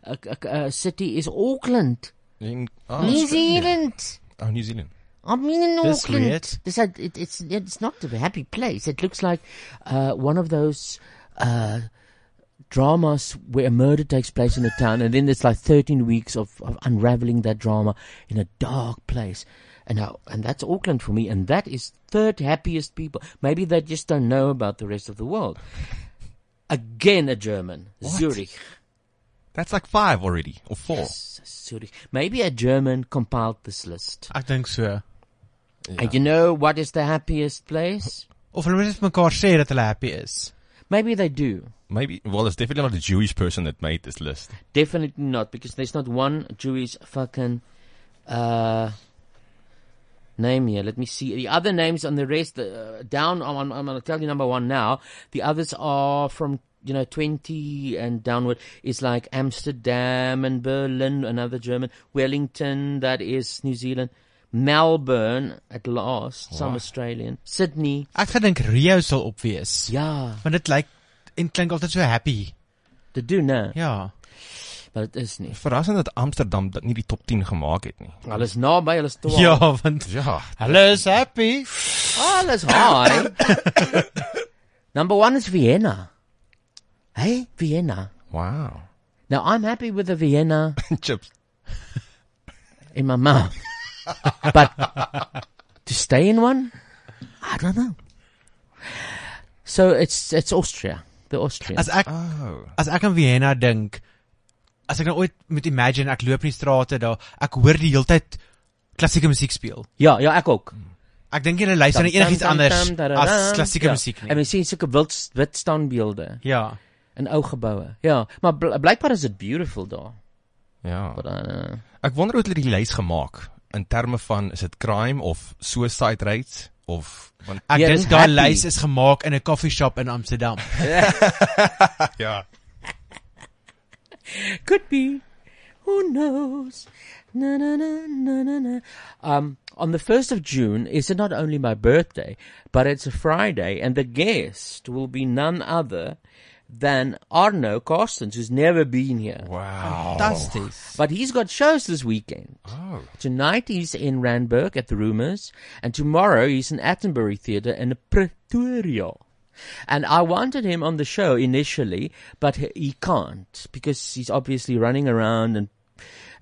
uh, uh, uh, city is Auckland, In, oh, New Australia. Zealand. Oh, New Zealand. I mean, in That's Auckland, weird. They said it, it's it's not a happy place. It looks like uh, one of those uh, dramas where a murder takes place in a town, and then there's like 13 weeks of, of unraveling that drama in a dark place. And now, and that's Auckland for me, and that is third happiest people. Maybe they just don't know about the rest of the world. Again, a German, Zurich. That's like five already, or four. Zurich. Maybe a German compiled this list. Ek dink so. And you know what is the happiest place? Of hulle moet net vir mekaar sê dat hulle happy is. Maybe they do. Maybe. Well, it's definitely not a Jewish person that made this list. Definitely not, because there's not one Jewish fucking uh, name here. Let me see. The other names on the rest, uh, down, I'm, I'm going to tell you number one now. The others are from, you know, 20 and downward is like Amsterdam and Berlin, another German. Wellington, that is New Zealand. Melbourne, at last, some Australian. Sydney, Ek gedink Rio sal op wees. yeah, Want dit lyk en klink altyd so happy. they do now, Ja. but it is nie. Verrassend dat Amsterdam dat nie die top 10 gemaak het nie. Hulle is naby, hulle is 12. Ja, want Ja. hulle is happy. Alles high. Number one is Vienna. Hey, Vienna. Wow. Now I'm happy with the Vienna Chips. in my mouth, but to stay in one, I don't know. So it's it's Austria, the Austrian. As ek Oh. as ek aan Vienna dink, as ek nou ooit moet imagine ek loop in die strate daar, ek hoor die heeltyd klassieke musiek speel. Ja, ja, ek ook. Ek dink hulle luister na enigiets anders as klassieke ja. musiek En nie. mens sien sulke wild wit standbeelde Ja. in ou geboue. Ja, maar bl blykbaar is dit beautiful daar. Ja. But I don't know. Ek wonder hoe het hulle die lys gemaak in terme van is dit crime of suicide rates of want Ek Ja, dink dis daai happy. lys is gemaak in 'n koffieshop in Amsterdam. ja. Could be. who knows? Na, na, na, na, na, na. Um, on the 1st of June is not only my birthday, but it's a Friday, and the guest will be none other than Arno Carstens, who's never been here. Wow. Fantastic. But he's got shows this weekend. Ah. Oh. Tonight he's in Randburg at the Rumours, and tomorrow he's in Attenbury Theatre in Pretoria. And I wanted him on the show initially, but he- he can't because he's obviously running around and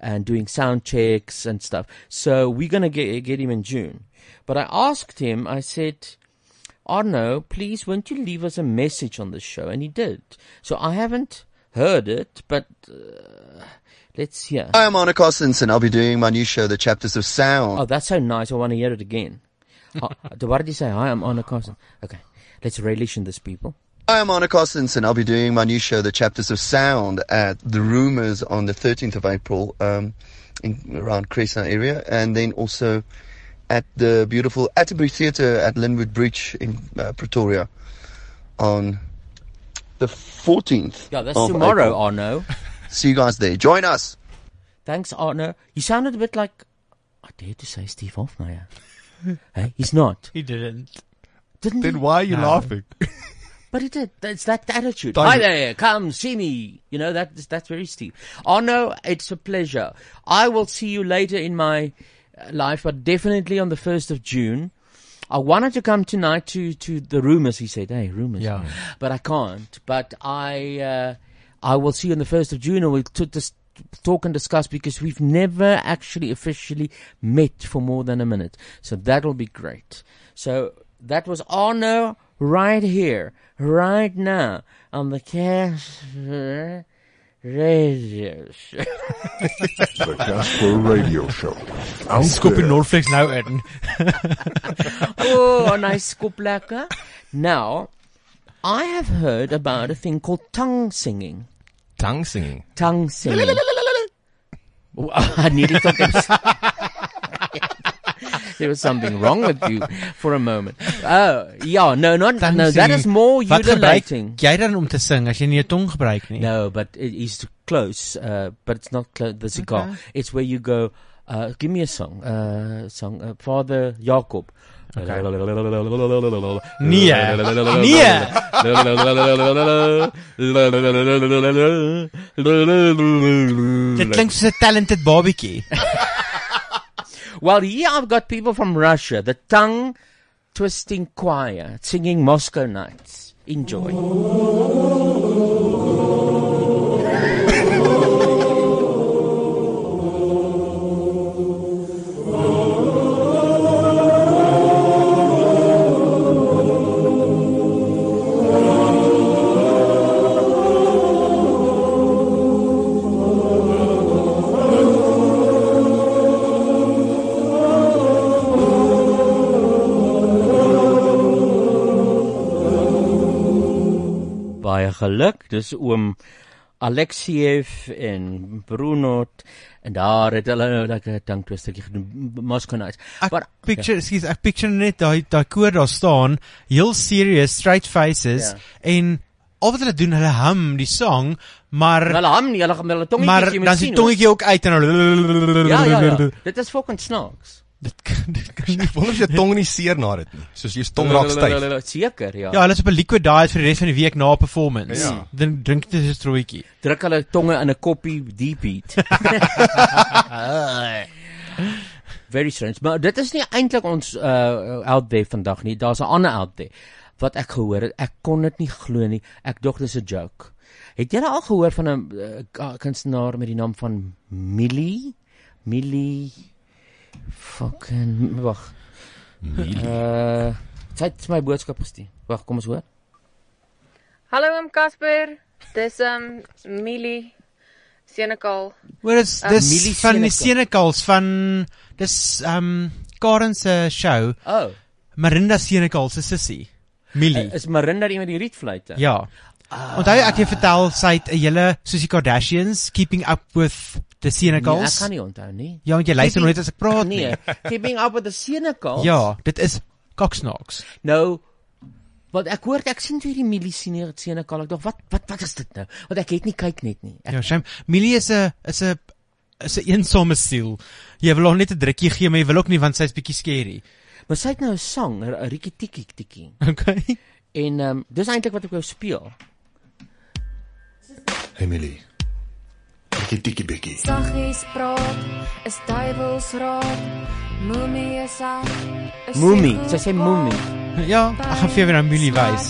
and doing sound checks and stuff. So we're gonna get get him in June. But I asked him. I said, Arno, please, won't you leave us a message on the show? And he did. So I haven't heard it, but uh, let's hear. Hi, I'm Arna Costance, and I'll be doing my new show, The Chapters of Sound. Oh, that's so nice. I want to hear it again. uh, what did he say? Hi, I'm Arno Carson. Okay, let's relation this, people. Hi, I'm Arna Costance, and I'll be doing my new show, The Chapters of Sound, at The Rumours on the 13th of April, um, in, around Crescent area, and then also at the beautiful Atterbury Theatre at Linwood Bridge in uh, Pretoria on the 14th. Yeah, that's of tomorrow, April. Arno. See you guys there. Join us. Thanks, Arno. You sounded a bit like, I dare to say Steve Hoffmeyer. hey, he's not. He didn't. Didn't Then he? why are you No. laughing? But he did. It's that attitude. Don't- Hi there, come see me. You know that that's very steep. Arno, it's a pleasure. I will see you later in my uh, life, but definitely on the first of June. I wanted to come tonight to to the rumors. He said, "Hey, rumors," Yeah. but I can't. But I uh, I will see you on the first of June, and we'll t- dis- talk and discuss because we've never actually officially met for more than a minute. So that'll be great. So that was Arno right here, right now on the Casper Radio Show. The Casper Radio Show. Out Scooping there. Norflex now nou in. Nou, oh, a nice scoop lekker. Now, I have heard about a thing called tongue singing. Tongue singing. Tongue singing. Oh, I nearly thought there was, there was something wrong with you for a moment. Oh, yeah, no, not, Tongue no, that singing. is more Wat gebruik utilizing. jy dan om te sing as jy nie jou tong gebruik nie? No, Nou, but eh, it is close, uh, but it's not clo- the cigar. It's where you go, uh, give me a song, uh, song, uh, Father Jacob. Nee. Nee. Dit klink soos 'n talented babietjie. Well, here I've got people from Russia, the tongue twisting choir, singing Moscow Nights. Enjoy. Baie geluk, dis oom Alexiev en Bruno en daar het hulle nou lekker tongue twistertjie gedoen Moscow Nights. Ek But picture, excuse, ek picture net daai daai koor daar staan, heel serious, straight faces Ja. en al wat hulle doen, hulle hum die song, maar hulle hom nie, hulle hulle tongetjies maar jy dan moet is die sien, hoor. tongetjie ook uit en hulle Ja, ja, ja. Dit is fucking snaaks. Dit kan- dit kan nie. Ek wil of jou tong nie seer na dit nie. Soos jou tong raak styf. Seker, ja. Ja, hulle is op 'n liquid diet vir die res van die week na 'n performance. Ja. Dan drink dit 'n strooitjie. druk hulle tonge in 'n koppie deep heat. Very strange. Maar dit is nie eintlik ons uh out there vandag nie. Daar's 'n ander out there wat ek gehoor het. Ek kon dit nie glo nie. Ek dog dis 'n joke. Het julle al gehoor van 'n uh, ka- kunstenaar met die naam van Millie? Millie fucking wag. Mielie. Uh sy het my boodskap gestuur. Wag, kom ons hoor. Hallo oom Casper. Dis um Milie Senekal. Ehm, Hoor dis Ehm, Millie dis van die Senekal. Senekals van dis ehm Karen se show, Oh, Marinda Senekal se sussie, Millie. Eh, is Marinda die met die rietfluitte? Ja. Ah. Onthou ek het jou vertel sy het 'n hele soos die Kardashians keeping up with the Nee, ek Senekals. kan nie onthou nie. Ja, want jy luister Keeping- nooit as ek praat nee. nie. Keeping up with the Senekal. Ja, dit is Cocksnacks. Nou wat ek hoor, ek sien toe hierdie Millie senior Senekal. Ek dink wat wat wat is dit nou? Want ek het nie kyk net nie. Ek, Ja, shame. Millie is 'n is 'n is 'n eensame siel. Jy wil haar net 'n drukkie gee, maar jy wil ook nie want sy's bietjie scary. Maar sy het nou 'n sang, 'n rikkie tikkie tikkie. Okay. En ehm um, dis eintlik wat ek wou speel. Emily. Tikkie tikkie bikkie. Saggies praat, is duiwels raad. Moemie is af. is Moemie, goed sy sê moemie. Ja, ek gaan vir jou weer na Moemie wys.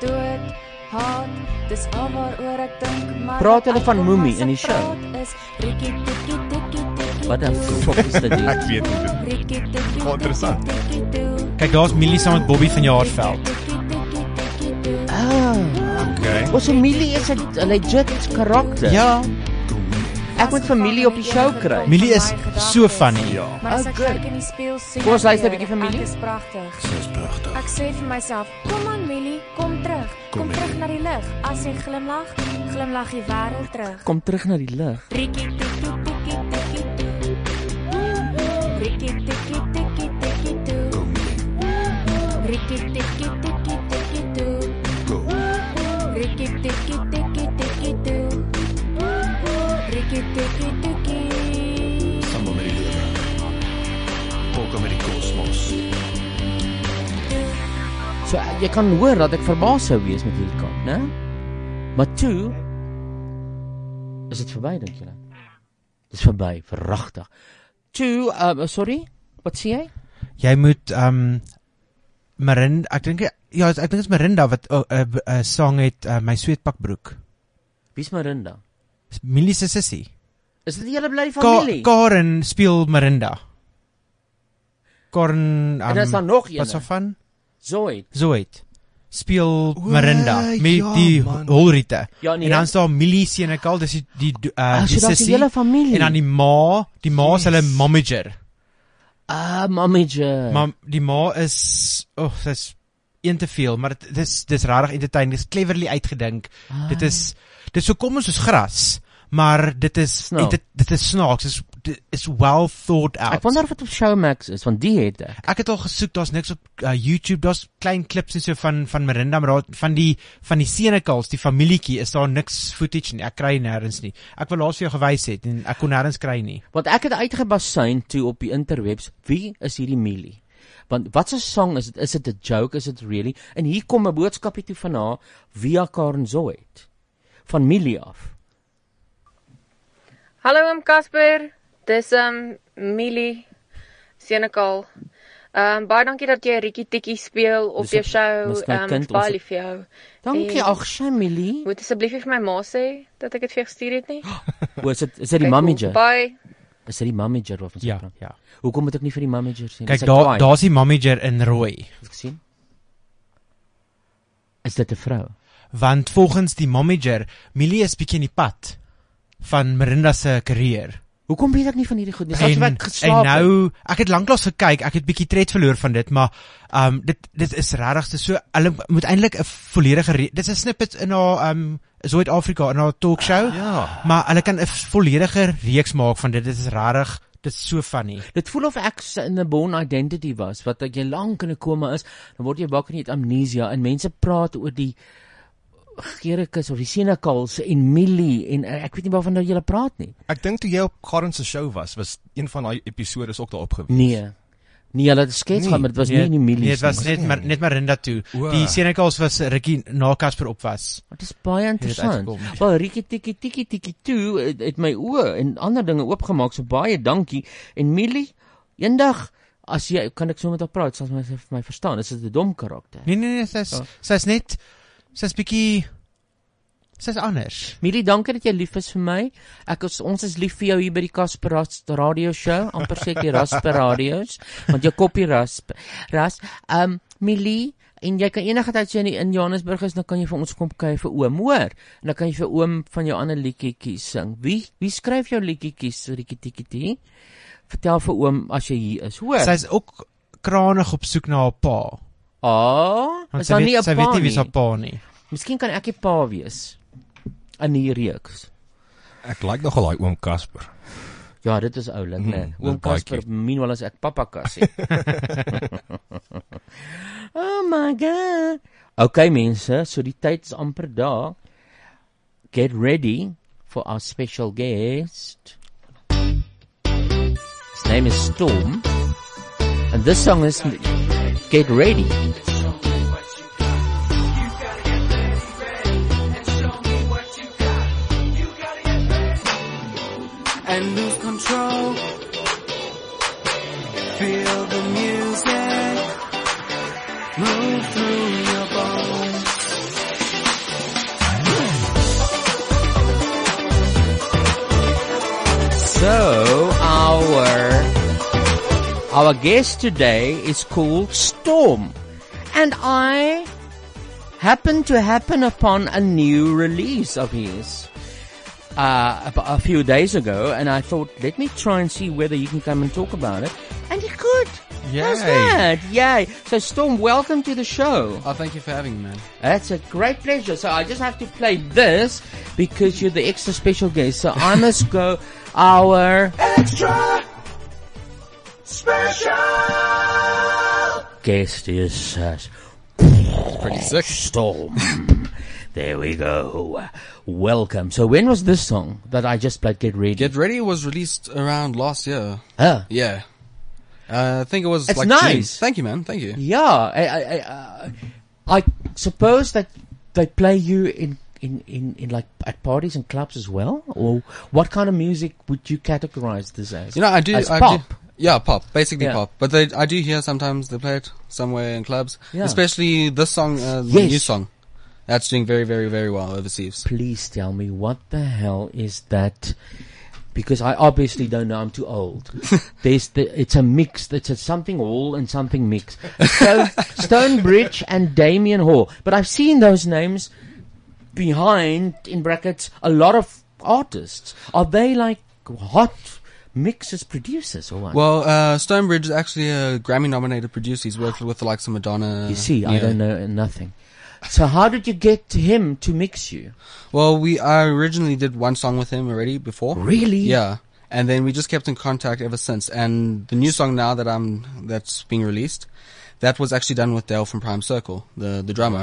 Dood, haat, dis al waaroor ek dink, maar Praat hulle van moemie in die show? wat is rikkie tikkie tikkie tikkie. What the fuck is dit? Ek weet nie. Rikkie tikkie. Wat interessant. Kyk, daar's Millie saam met Bobby van Jaarsveld. Ah. Okay. Ons familie is 'n 'n legit karakter. Ja. Ek moet familie op die show kry. Millie is so funny. Ja. Maar as ek kyk in die speel sien Ah, Kom ons ek luister 'n weer, bietjie vir Millie. Ek is pragtig. Dis pragtig. Ek sê vir myself, kom aan Millie, kom terug. Kom, kom terug na die lig. As jy glimlag, glimlag die wêreld terug. Kom terug na die lig. Rikkie tikkie tikkie tikkie toe. Rikkie tikkie tikkie tikkie toe. Kom Rikkie tikkie tikkie tikkie toe. Kom Rikkie tikkie tikkie tikkie toe. Rikkie tikkie tikkie. Sambal met die lewe. Polka met die kosmos. So eh, jy kan hoor dat ek verbaas sou wees met hierdie kamp, né? Maar toe is dit verby dink julle. Dis verby, verragtig. Toe, um, sorry, wat sê jy? Jy moet um Marinda, ek dink ja, ek dink dit is Marinda wat 'n oh, 'n b- 'n song het uh, my sweetpakbroek. Wie's Marinda? Millie se sussie. Is dit die hele bly Ka familie? Karen speel Marinda. Karen um, en is daar nog een? Wat so van? Zoid. Zoet speel Marinda met ja, ja, die man. Holrite. Ja, Ja, nee. nee, en dan staan Millie Senekal, dis die die eh, Ah, so die daar's die sussie. hele familie. En dan die ma, die ma is hulle momager. Ah, momager. Maar die ma is oh, dis een te veel, maar dit dis dis regtig entertaining, dis cleverly uitgedink. Ah. Ah. Dit is dit is so kom ons soos gras, maar dit is Snaaks. dit dit is snaaks, is dit is well thought out. Ek wonder of dit op Showmax is, want die het ek. Ek het al gesoek, daar's niks op uh, YouTube, daar's klein klips en so van van Marinda maar daar van die van die Senekals, die familietjie, is daar niks footage nie. Ek kry nêrens nie. Ek wou laas vir jou gewys het en ek kon nêrens kry nie. Want ek het uitgebasyn toe op die interwebs, wie is hierdie Millie? Want wat 'n sang is dit? Is dit 'n joke? Is dit really? En hier kom 'n boodskapie toe van haar via Karen Zoid van Millie af. Hallo oom Casper. Dis um Millie Senekal. Ehm um, baie dankie dat jy Rikkie Tikkie speel op Dis jou ook- show. dis my Ehm um, kind, baie ons- lief vir jou. Dankie, En ag, Shamily. Moet asseblief nie vir my ma sê dat ek dit vir jou gestuur het nie. O, is dit is dit die Kyk, mummager? Bye. Is dit die mummager waarvan sy Ja, praat? ja. Hoekom moet ek nie vir die mummager sê? Kyk daar daar's die mummager in rooi. Ek sien. Is dit 'n vrou? Want volgens die mummager, Millie is bietjie in die pad van Marinda se karier. Hoekom weet ek nie van hierdie goed nie? As jy wat geslaap en nou ek het lanklaas gekyk, ek het bietjie tred verloor van dit, maar ehm um, dit dit is regtig dis so hulle moet eintlik 'n volledige re- dit is 'n snippet in haar ehm um, Suid-Afrika in haar talkshow. Ja. Maar hulle kan 'n volledige reeks maak van dit. Dit is regtig dit is so funny. Dit voel of ek s- in 'n born identity was wat ek jy lank in 'n koma is, dan word jy wakker en jy het amnesia en mense praat oor die Gerikus of die Senekals en Millie en eh, ek weet nie waarvan nou jy praat nie. Ek dink toe jy op Karen se show was, was een van daai episode is ook daarop gewees. Nee. Nee, hulle het 'n skets Nee. gehad, maar dit was nie in die Millie. Nee, dit was net maar net Marinda toe. O. Die Senekals was rukkie na Casper op was. Dit is Nee, baie interessant. Wel Rikie Tikkie Tikkie Tikkie toe het, het my oë en ander dinge oopgemaak, so baie dankie. En Millie, eendag as jy kan ek so met haar praat, sal sy vir my verstaan. Is dit 'n dom karakter? Nee nee nee, sy's Ja. sy's net sy's bietjie sy's anders. Millie, dankie dat jy lief is vir my. Ek is, ons is lief vir jou hier by die Casper Ras- Radio Show, amper sê ek die Rasper Radio's, want jou koppie rasp. Ras. Um Millie, en jy kan enige tyd as jy in die- in Johannesburg is, dan kan jy vir ons kom kuier vir oom, hoor? En dan kan jy vir oom van jou ander liedjies sing. Wie wie skryf jou liedjies, Rikitikitie? Vertel vir oom as jy hier is, hoor? Sy's ook kranig op soek na haar pa. Ah, Want is sy daar weet- nie 'n sy pa weet nie wie nie? haar pa nie. Miskien kan ek die pa wees in hierdie reeks. Ek like nogal daai oom Casper. Ja, dit is oulik, Mhm, né? Mm, Mm, Oom dit baie Casper, meanwhile as ek pappa Cassie. oh my god. Okay mense, so die tyd is amper daar. Get ready for our special guest. His name is Storm. And this song is Get Ready. and lose control. Feel the music move through your bones. So our our guest today is called Storm, and I happened to happen upon a new release of his uh, ab- a few days ago, and I thought, let me try and see whether you can come and talk about it. And he could. How's that? Yay! So Storm, welcome to the show. Oh, thank you for having me, man. That's a great pleasure. So I just have to play this because you're the extra special guest. So I must go our Extra special. guest is such pretty sick storm. there we go. Welcome. So when was this song that I just played? Get ready. Get Ready was released around last year. Huh. Yeah. Uh, I think it was It's like nice. June. Thank you, man. Thank you. Yeah, I, I, I, uh, I suppose that they play you in, in, in, in like at parties and clubs as well. Or what kind of music would you categorize this as? You know, I do. As I pop. Do, yeah, pop. Basically Yeah. pop. But they, I do hear sometimes they play it somewhere in clubs. Yeah. Especially this song, uh, the Yes. new song. That's doing very, very, very well overseas. Please tell me what the hell is that? Because I obviously don't know. I'm too old. There's the, it's a mix. It's a something all and something mix. Stone, Stonebridge and Damien Hall. But I've seen those names behind in brackets a lot of artists. Are they like hot mixers producers or what? Well, uh, Stonebridge is actually a Grammy-nominated producer. He's worked with the likes of Madonna. you see, I Yeah. don't know nothing. So how did you get him to mix you? Well, we I originally did one song with him already before. Really? Yeah. And then we just kept in contact ever since. And the new song now that I'm that's being released, that was actually done with Dale from Prime Circle, the the drummer.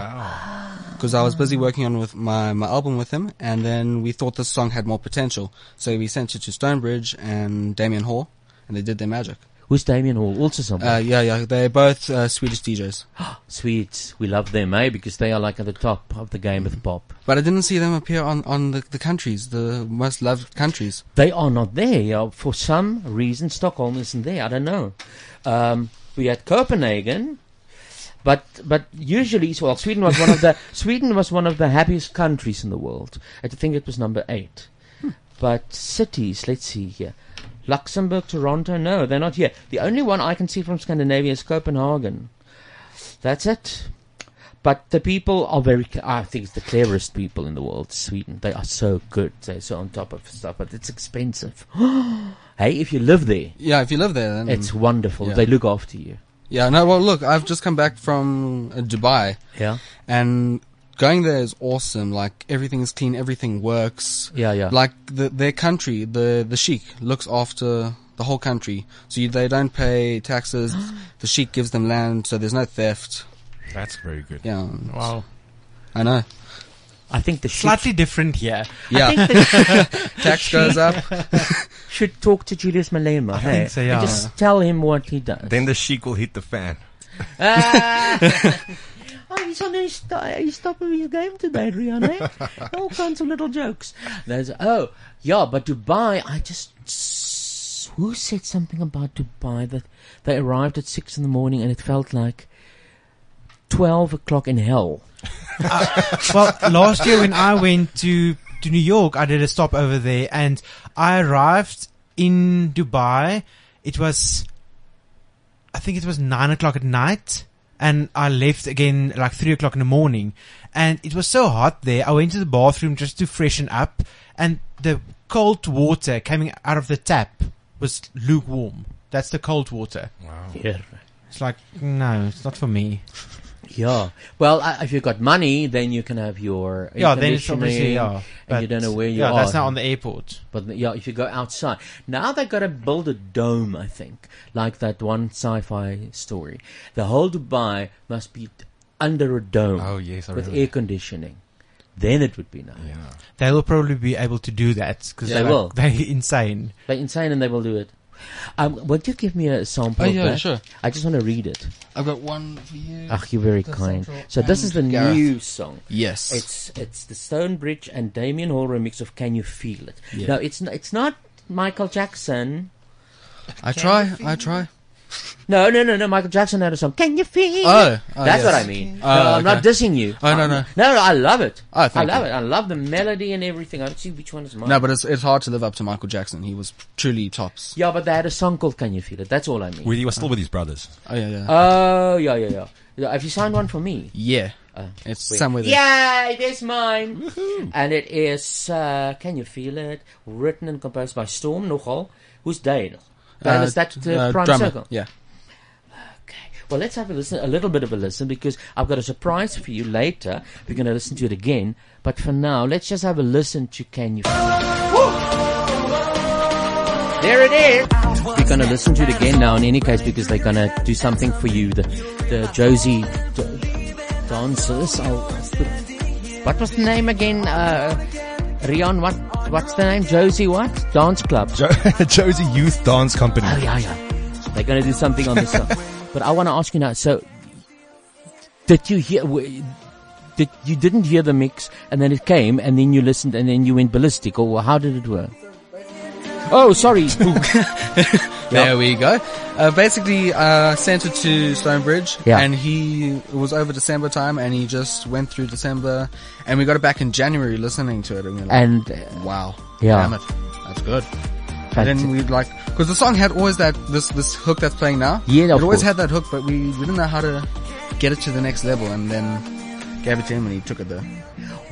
Because I was busy working on with my my album with him, and then we thought this song had more potential, so we sent it to Stonebridge and Damien Hall, and they did their magic. Who's Damien Hall? Also someone. Uh, yeah, yeah, they're both uh, Swedish DJs. Swedes, we love them, eh? Because they are like at the top of the game Mm-hmm. with pop. But I didn't see them appear on on the, the countries, the most loved countries. They are not there. yeah. For some reason, Stockholm isn't there. I don't know. Um, we had Copenhagen, but but usually, so- well, Sweden was one of the Sweden was one of the happiest countries in the world. I think it was number eight. Hmm. But cities, let's see here. Luxembourg, Toronto, no, they're not here. The only one I can see from Scandinavia is Copenhagen. That's it. But the people are very, cl- I think it's the cleverest people in the world, Sweden. They are so good. They're so on top of stuff, but it's expensive. hey, if you live there, Yeah, if you live there, then it's wonderful. They look after you. Yeah, no, well, look, I've just come back from uh, Dubai. Yeah. And going there is awesome. Like, everything is clean, everything works. Yeah, yeah. Like, the, their country, the, the sheikh, looks after the whole country. So you, they don't pay taxes. the sheikh gives them land, so there's no theft. That's very good. Yeah. it's- Wow. I know. I think the sheikh- Slightly different here. Yeah. I think the- Tax the goes up. sheik should talk to Julius Malema. I hey, think so, yeah. And just tell him what he does. Then the sheik will hit the fan. Ah. oh, he's on his, he's top of his game today, Rihanna. All kinds of little jokes. There's oh yeah, but Dubai. I just who said something about Dubai that they arrived at six in the morning and it felt like twelve o'clock in hell. well, last year when I went to to New York, I did a stop over there, and I arrived in Dubai. It was, I think it was nine o'clock at night, and I left again like three o'clock in the morning, and it was so hot there. I went to the bathroom just to freshen up, and the cold water coming out of the tap was lukewarm. That's the cold water. Wow. Yeah. It's like no, it's not for me. Yeah. Well, uh, if you've got money, then you can have your Yeah, then it's air obviously, conditioning, yeah, and you but- don't know where you yeah, are. that's not on the airport. But yeah, if you go outside now, they've got to build a dome. I think, like that one sci-fi story, the whole Dubai must be t- under a dome. Oh, yes, I with remember. air conditioning. Then it would be nice. They will probably be able to do that because They they're, will. Like, they're insane. They're insane and they will do it. Um, would you give me a sample? Oh, of yeah, that? sure. I just want to read it. I've got one for you. Ach, Ah, you're very The kind. Central So this is the and Gareth. new song. Yes. it's it's the Stonebridge and Damien Hall remix of "Can You Feel It." Yeah. No, it's n- it's not Michael Jackson. I try, I try. No, no, no, no. Michael Jackson had a song. Can you feel? Oh, it? oh, yes. that's what I mean. Oh, no, I'm not okay. dissing you. Oh, no, I'm- no. no, no. I love it. Oh, thank I love you. it. I love the melody and everything. I don't see which one is mine. No, but it's it's hard to live up to Michael Jackson. He was truly tops. yeah, but they had a song called "Can You Feel It." That's all I mean. Uh. Well, he was still with his brothers. Oh yeah, yeah. Oh, yeah, yeah, yeah. yeah. Have you signed one for me? yeah. Uh, it's Wait. somewhere there. Yay, there's mine. And it is, uh, can you feel it? Written and composed by Storm Nogal. Who's Dale? Dale Uh, is that the uh, prime drummer, circle? yeah. Okay. Well, let's have a listen, a little bit of a listen, because I've got a surprise for you later. We're going to listen to it again. But for now, let's just have a listen to Can You Feel It? There it is. We're going to listen to it again now, in any case, because they're going to do something for you. The, the Josie d- dancers. I'll, what was the name again? Uh, Rion, what, what's the name? Josie what? Dance Club. Josie Youth Dance Company. Oh, yeah, yeah. They're going to do something on this song. But I want to ask you now, so, did you hear, w- did, you didn't hear the mix, and then it came, and then you listened, and then you went ballistic, or how did it work? Oh, sorry. There we go. Uh, basically, uh, sent it to Stonebridge, Yeah. and he it was over December time, and he just went through December, and we got it back in January listening to it, and we were like, And, uh, wow, yeah. damn it, that's good. And then we like because the song had always that this this hook that's playing now. Yeah, it of always course. had that hook, but we didn't know how to get it to the next level, and then gave it to him, and he took it there.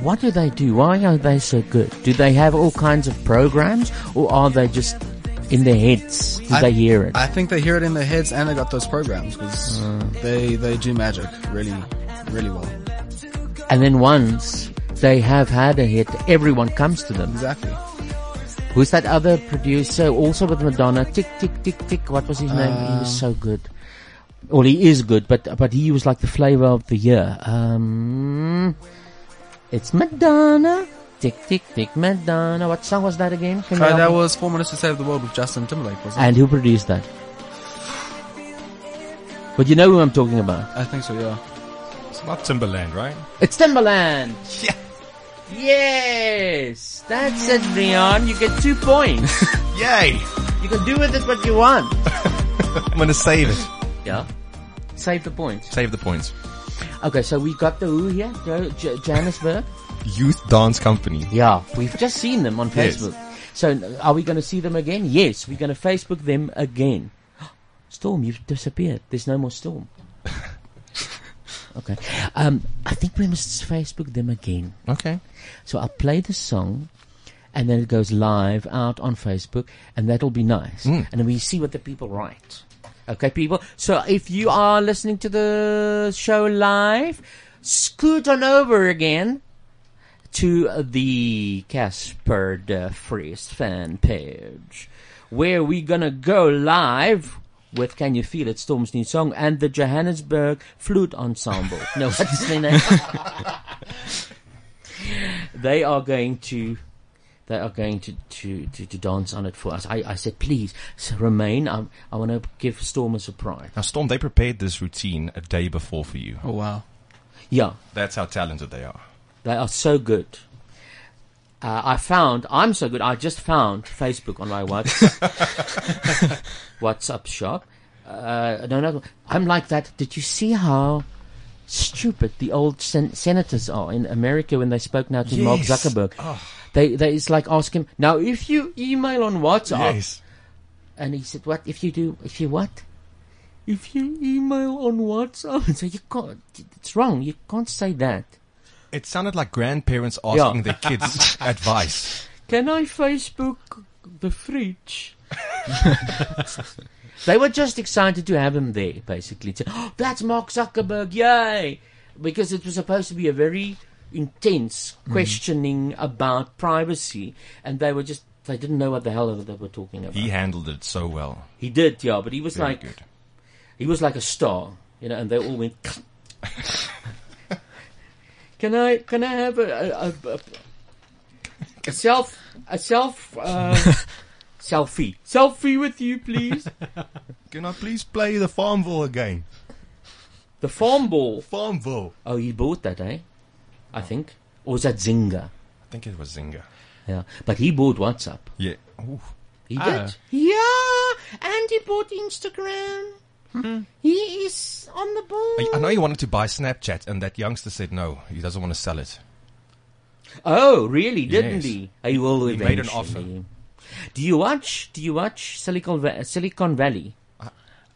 What do they do? Why are they so good? Do they have all kinds of programs, or are they just in their heads? Do I- they hear it? I think they hear it in their heads, and they got those programs because Mm. they they do magic really, really well. and then once they have had a hit, everyone comes to them. Exactly. Who's that other producer also with Madonna? Tick, tick, tick, tick. What was his name? He was so good. Well, he is good, but but he was like the flavor of the year. Um, it's Madonna. Tick, tick, tick, Madonna. What song was that again? Can you Uh, help that me? was Four Minutes to Save the World with Justin Timberlake, wasn't And it? who produced that? But you know who I'm talking about. I think so, yeah. It's not Timberland, right? It's Timberland. Yeah. Yes, that's it, Leon. You get two points. Yay! You can do with it what you want. I'm gonna save it. Yeah. Save the points. Save the points. Okay, so we got the who here? Jo- J- Johannesburg? Youth Dance Company. Yeah, we've just seen them on Yes. Facebook. So are we going to see them again? Yes, we're going to Facebook them again. Storm, you've disappeared. There's no more Storm. okay. Um, I think we must Facebook them again. Okay. So I'll play the song and then it goes live out on Facebook and that'll be nice. Mm. And then we see what the people write. Okay, people. So if you are listening to the show live, scoot on over again to the Casper de Vries fan page, where we're gonna go live with Can You Feel It, Storm's new song, and the Johannesburg Flute Ensemble. no, what's their name? they are going to, they are going to, to, to, to dance on it for us. I, I said, please s- remain. I, I want to give Storm a surprise. Now, Storm, they prepared this routine a day before for you. Oh, wow. Yeah. That's how talented they are. They are so good. Uh, I found I'm so good. I just found Facebook on my WhatsApp, WhatsApp shop. Uh, no, no, I'm like that. Did you see how stupid the old sen- senators are in America when they spoke now to Mark Yes. Zuckerberg? Oh. They, they, it's like ask him now if you email on WhatsApp, Yes. and he said, "What if you do? If you what? If you email on WhatsApp?" So you can't. It's wrong. You can't say that. It sounded like grandparents Yeah. asking their kids advice. Can I Facebook the fridge? they were just excited to have him there, basically. To, oh, that's Mark Zuckerberg, yay! Because it was supposed to be a very intense Mhm. questioning about privacy, and they were just, they didn't know what the hell they were talking about. He handled it so well. He did, yeah, but he was Very like, he was like a star, you know, and they all went. can I can I have a a, a, a- a self a self uh, Selfie. Selfie with you, please. Can I please play the Farmville again? The Farm Ball. Farmville. Oh, he bought that, eh? I think. Or was that Zynga? I think it was Zynga. Yeah. But he bought WhatsApp. Yeah. He Oh. did. Yeah, and he bought Instagram. He is on the ball. I, I know you wanted to buy Snapchat, and that youngster said no, he doesn't want to sell it. Oh, really? Didn't Yes. he? He will He made an eventually. Do you watch? Do you watch Silicon Va- Silicon Valley?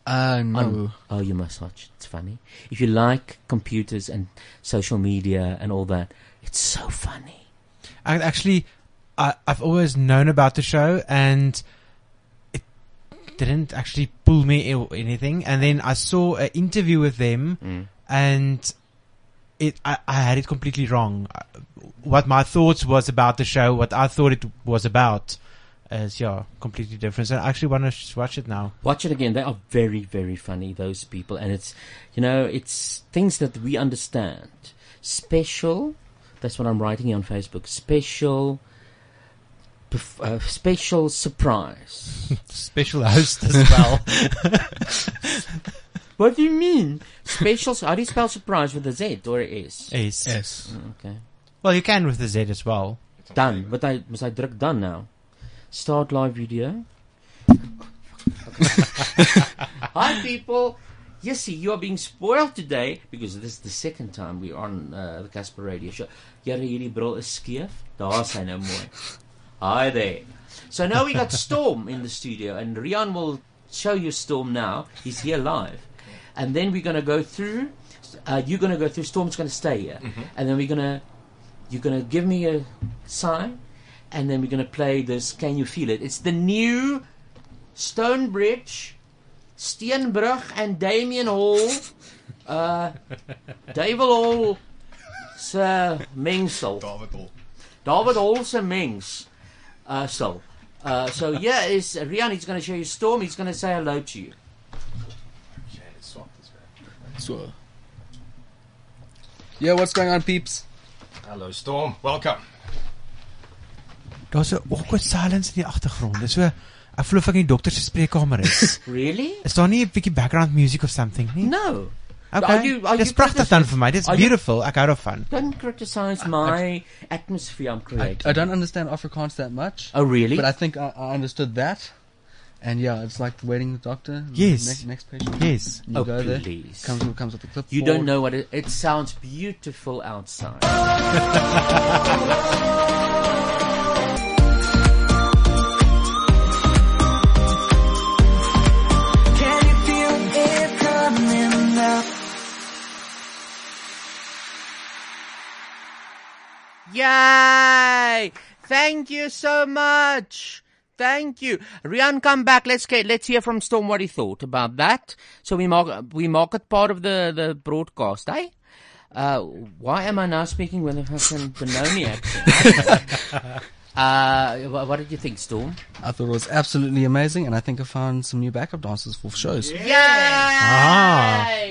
Uh, no. oh, you must watch. It's funny. If you like computers and social media and all that, it's so funny. I actually, I, I've always known about the show, and it didn't actually pull me or anything. And then I saw an interview with them, and it I, I had it completely wrong. I- What my thoughts was about the show, what I thought it was about, is yeah, completely different. So I actually want to watch it now. Watch it again. They are very, very funny, those people. And it's, you know, it's things that we understand. Special, that's what I'm writing here on Facebook. Special, perf- uh, special surprise. Special host as well. what do you mean? Special, how do you spell surprise with a Z or a S? S. S. Mm, Okay. Well, you can with the Z as well. Done. But I, must I druk done now? Start live video. Hi, people. Yes, see, you are being spoiled today because this is the second time we're on uh, the Casper Radio Show. Jare, hierdie bril is skeef. Daar's hy nou mooi. Hi there. So now we got Storm in the studio, and Rian will show you Storm now. He's here live, and then we're gonna go through. Uh, you're gonna go through. Storm's gonna stay here, and then we're gonna. You're gonna give me a sign, and then we're gonna play this. Can you feel it? It's the new Stonebridge, Steenbrug, and Damien Hall. Uh, David Hall se mengsel. David Hall. David Hall se mengs. Uh, so, uh, so yeah, is Rian. He's going to show you Storm. He's going to say hello to you. So. Yeah, what's going on, peeps? Hello, Storm. Welcome. Daar's 'n awkward silence in die agtergrond. Dis so ek voel of ek in die dokter se spreekkamer is. Really? Is daar nie 'n bietjie background music of something nie? No. Are Okay. you- are Dis you pragtig dan vir my. Dis are you- beautiful. Ek hou daarvan. Don't criticize my atmosphere I'm I, creating. I don't understand Afrikaans that much. Oh, really? But I think I, I understood that. And yeah, it's like waiting the doctor. Yes. Next, next patient. Yes. You Oh, go there. please. Comes, comes with the clipboard. You don't know what it. It sounds beautiful outside. Can you feel it coming up? Yay! Thank you so much. Thank you. Rian, come back. Let's get, let's hear from Storm what he thought about that. So we mark, we mark it part of the, the broadcast, eh? Uh, why am I now speaking with a fucking Benoni accent? uh, wha- what did you think, Storm? I thought it was absolutely amazing, and I think I found some new backup dancers for shows. Yay! Ah.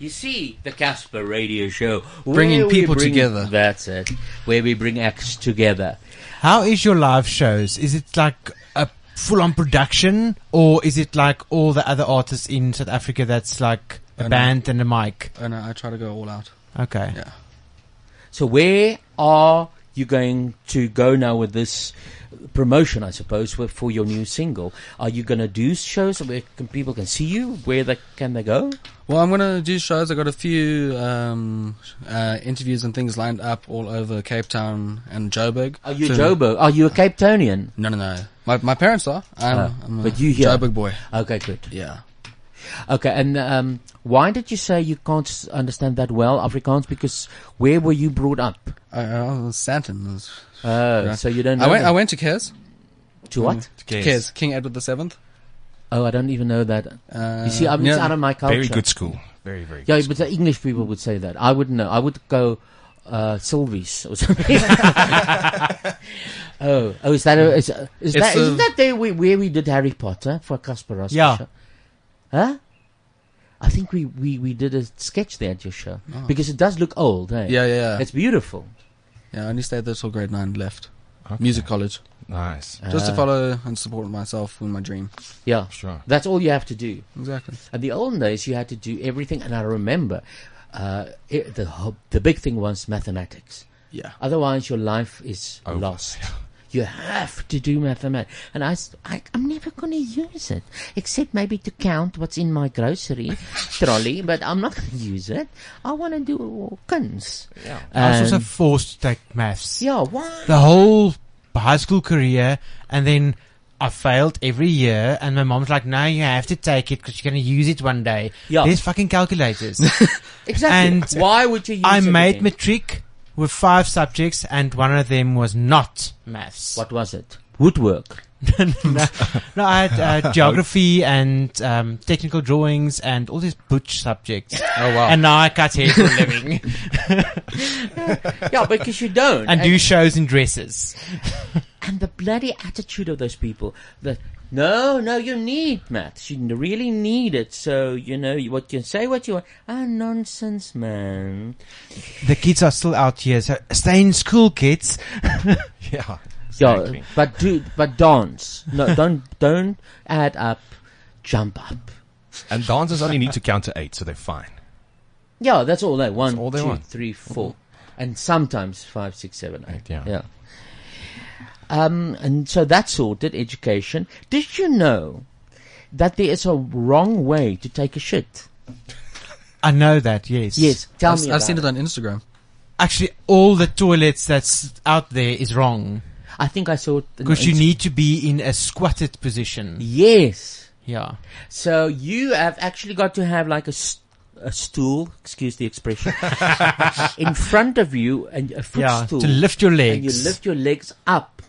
You see, the Casper Radio Show. Bringing where we people bring- together. That's it. Where we bring acts together. How is your live shows? Is it like a full-on production or is it like all the other artists in South Africa that's like a Oh, no. band and a mic? And I try to go all out. Okay. Yeah. So where are you going to go now with this promotion? I suppose for- for your new single, are you going to do shows where can, people can see you? Where they, can they go? Well, I'm gonna do shows. I got a few um, uh, interviews and things lined up all over Cape Town and Joburg. Are you Oh, Joburg? Are you a Cape Townian? No, no, no. My my parents are. I'm, Oh, I'm a but you here? Joburg boy. Okay, good. Yeah. Okay, and um, why did you say you can't s- understand that well Afrikaans? Because where were you brought up? I, I was Santon. was- Oh, Yeah. so you don't. Know I went. them. I went to Kes. To what? To Kes. King Edward the Seventh. Oh, I don't even know that. Uh, you see, I'm it's yeah. out of my culture. Very good school. Very, very Yeah, good but the English people would say that. I wouldn't know. I would go uh, Sylvie's or something. oh, oh, is that a, is, is It's that a- isn't that there we, where we did Harry Potter for Casper Ross? Yeah. Huh? I think we, we, we did a sketch there at your show Oh. because it does look old. Eh? Yeah, yeah, yeah. It's beautiful. Yeah, I only stayed there till grade nine. and Left. music college. Nice. Just to Ah. follow and support myself in my dream. Yeah. Sure. That's all you have to do. Exactly. At the old days, you had to do everything, and I remember uh, it, the ho- the big thing was mathematics. Yeah. Otherwise, your life is lost. You have to do mathematics, and I, s- I am never going to use it except maybe to count what's in my grocery trolley. But I'm not going to use it. I want to do Uh, all kinds. Yeah. I was also forced to take maths. Yeah, why? The whole high school career, and then I failed every year, and my mom's like, no, you have to take it because you're going to use it one day. Yeah. There's fucking calculators. Exactly. And Why would you use I it made again? matric with five subjects, and one of them was not maths. What was it? Woodwork. no, no, I had uh, geography and um, technical drawings and all these butch subjects. Oh, wow. And now I cut hair for a living. yeah, because you don't. And, do shows in dresses. And the bloody attitude of those people that no, no, you need maths. You really need it. So you know you- what you say, what you want. Ah, nonsense, man. The kids are still out here, so stay in school, kids. yeah. Yeah, but do but dance. No, don't don't add up, jump up. And dancers only need to count to eight, so they're fine. Yeah, that's all they want. all they two, want. three, four. and sometimes five, six, seven, eight. yeah. yeah. Um, and so that sorted education. Did you know that there is a wrong way to take a shit? I know that, yes. Yes, tell I've, me. I've about seen it on Instagram. Actually, all the toilets that's out there is wrong. I think I saw it. in Because you Insta- need to be in a squatted position. Yes. Yeah. So you have actually got to have like a, s- a stool, excuse the expression, in front of you and a Yeah, footstool. to lift your And you legs. lift your legs up.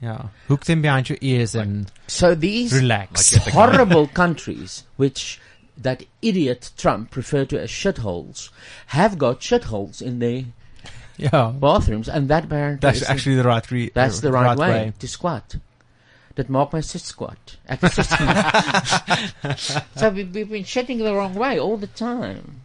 Yeah. Hook them behind your ears and So these relax. horrible countries, which that idiot Trump referred to as shitholes, have got shitholes in their Yeah. bathrooms. And that apparently That's is actually the right re- That's the right, right way, way. to squat. That mark my sit squat. Ek sit squat. so we, we've been shitting the wrong way all the time.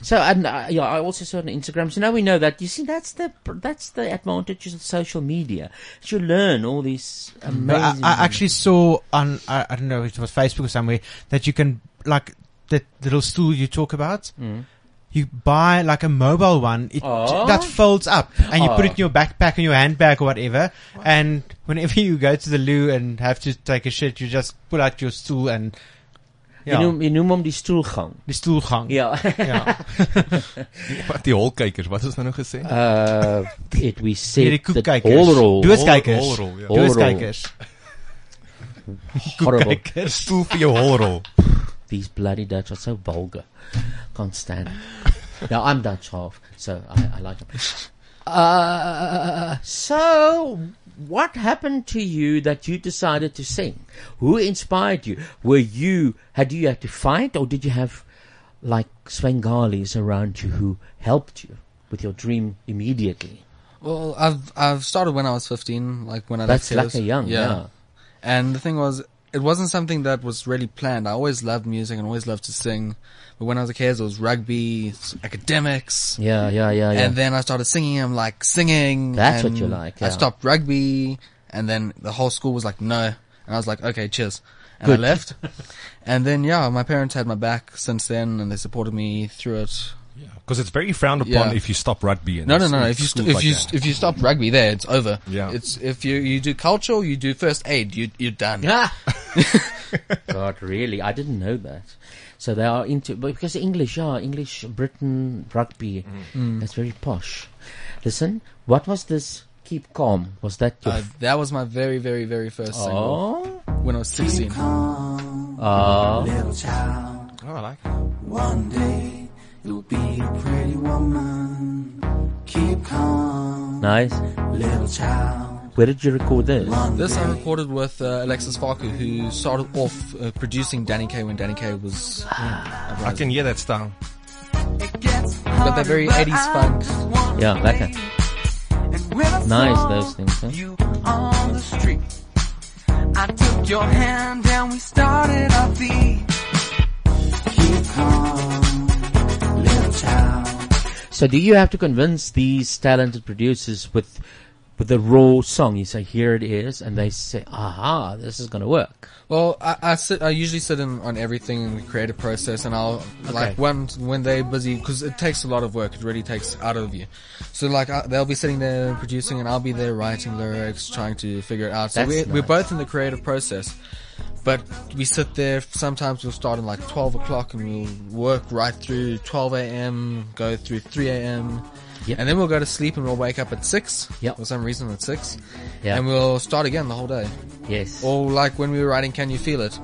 So and uh, yeah, I also saw it on Instagram. So now we know that. You see, that's the that's the advantages of social media. You learn all these No, I, amazing. I uh, actually saw on I, I don't know it was Facebook or somewhere that you can like that little stool you talk about. Mm. You buy like a mobile one it, Oh. that folds up, and you put it in Oh. your backpack or your handbag or whatever. And whenever you go to the loo and have to take a shit, you just pull out your stool and You noem- you noem hom die stoelgang. Die stoelgang. Ja. Ja. Wat die holkykers, wat is nou nog gesê? Uh it we said Hierdie that koekkykers. holrol- Dooskykers. holrol, ja. holrol. Dooskykers. Horrible. Koekkykers. Stoel vir jou holrol. These bloody Dutch are so vulgar. Can't stand. it. now I'm Dutch half, so I, I like them. Uh, so what happened to you that you decided to sing? Who inspired you? Were you had you had to fight, or did you have like Swengalis around you who helped you with your dream immediately? Well, I've I've started when I was fifteen, like when I That's left Taylor's. like a young, yeah. And the thing was, it wasn't something that was really planned. I always loved music and always loved to sing, but when I was a kid, it was rugby, s- academics. Yeah, yeah, yeah, yeah. And then I started singing. I'm like singing. That's what and you like, I yeah. stopped rugby, and then the whole school was like, no, and I was like, okay, cheers, and Good. I left. and then yeah, my parents had my back since then, and they supported me through it. Because it's very frowned upon Yeah. if you stop rugby. And No, no, no. it's- no. If you st- it's schools if like you that. st- if you stop rugby there, it's over. Yeah. It's if you you do cultural, you do first aid, you you're done. Yeah. God, really? I didn't know that. So they are into but because English, yeah, English, Britain, rugby. Mm. That's very posh. Listen, what was this? Keep calm. Was that your? Uh, that was my very very very first single when I was sixteen. Ah. Little child. Oh, I like One day you'll be a pretty woman. Keep calm. nice. Little child. Where did you record this? This I recorded with uh, Alexis Farku, who started off uh, producing Danny Kaye when Danny Kaye was. I can hear that style. Got that very 80s funk. Yeah, lekker. Nice those things. Huh? on the street. I took your hand and we started our feet. Keep calm, little child. So do you have to convince these talented producers with with the raw song. You say, here it is, and they say, "Ah, aha, this is going to work. Well, I, I sit. I usually sit in on everything in the creative process, and I'll like when when they're busy because it takes a lot of work. It really takes out of you. So like I, they'll be sitting there producing, and I'll be there writing lyrics, trying to figure it out. So That's we're, we're nice. both in the creative process, but we sit there. Sometimes we'll start at like twelve o'clock, and we'll work right through twelve a.m. Go through three a.m. And then we'll go to sleep and we'll wake up at six. Yeah. For some reason at six. Yeah. And we'll start again the whole day. Yes. Or like when we were writing "Can You Feel It,"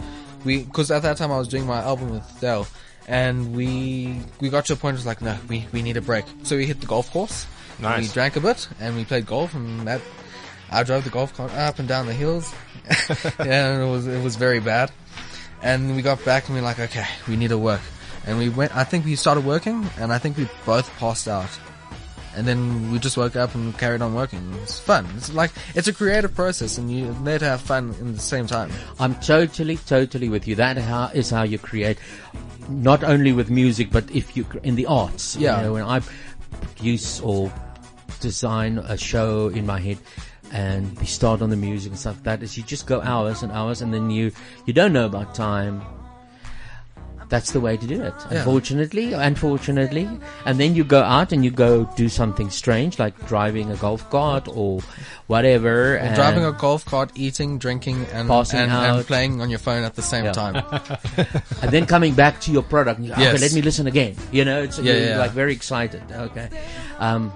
we because at that time I was doing my album with Dell, and we we got to a point it was like, no, we we need a break. So we hit the golf course. We Nice. drank a bit and we played golf, and that I drove the golf cart up and down the hills. yeah, and it was it was very bad. And we got back and we were like, okay, we need to work. And we went. I think we started working, and I think we both passed out. And then we just woke up and carried on working. It's fun. It's like it's a creative process, and you need to have fun in the same time. I'm totally, totally with you. That how, is how you create, not only with music, but if you cr- in the arts. you Yeah. know, when I produce or design a show in my head, and we start on the music and stuff like that, is you just go hours and hours, and then you you don't know about time. That's the way to do it. Yeah. Unfortunately, unfortunately, and then you go out and you go do something strange, like driving a golf cart or whatever. Or and- driving a golf cart, eating, drinking, and Passing Mm, and, out. and playing on your phone at the same Yeah. time. and then coming back to your product, and you're like, Yes. okay, let me listen again. You know, it's Yeah, you're yeah. like very excited. Okay, um,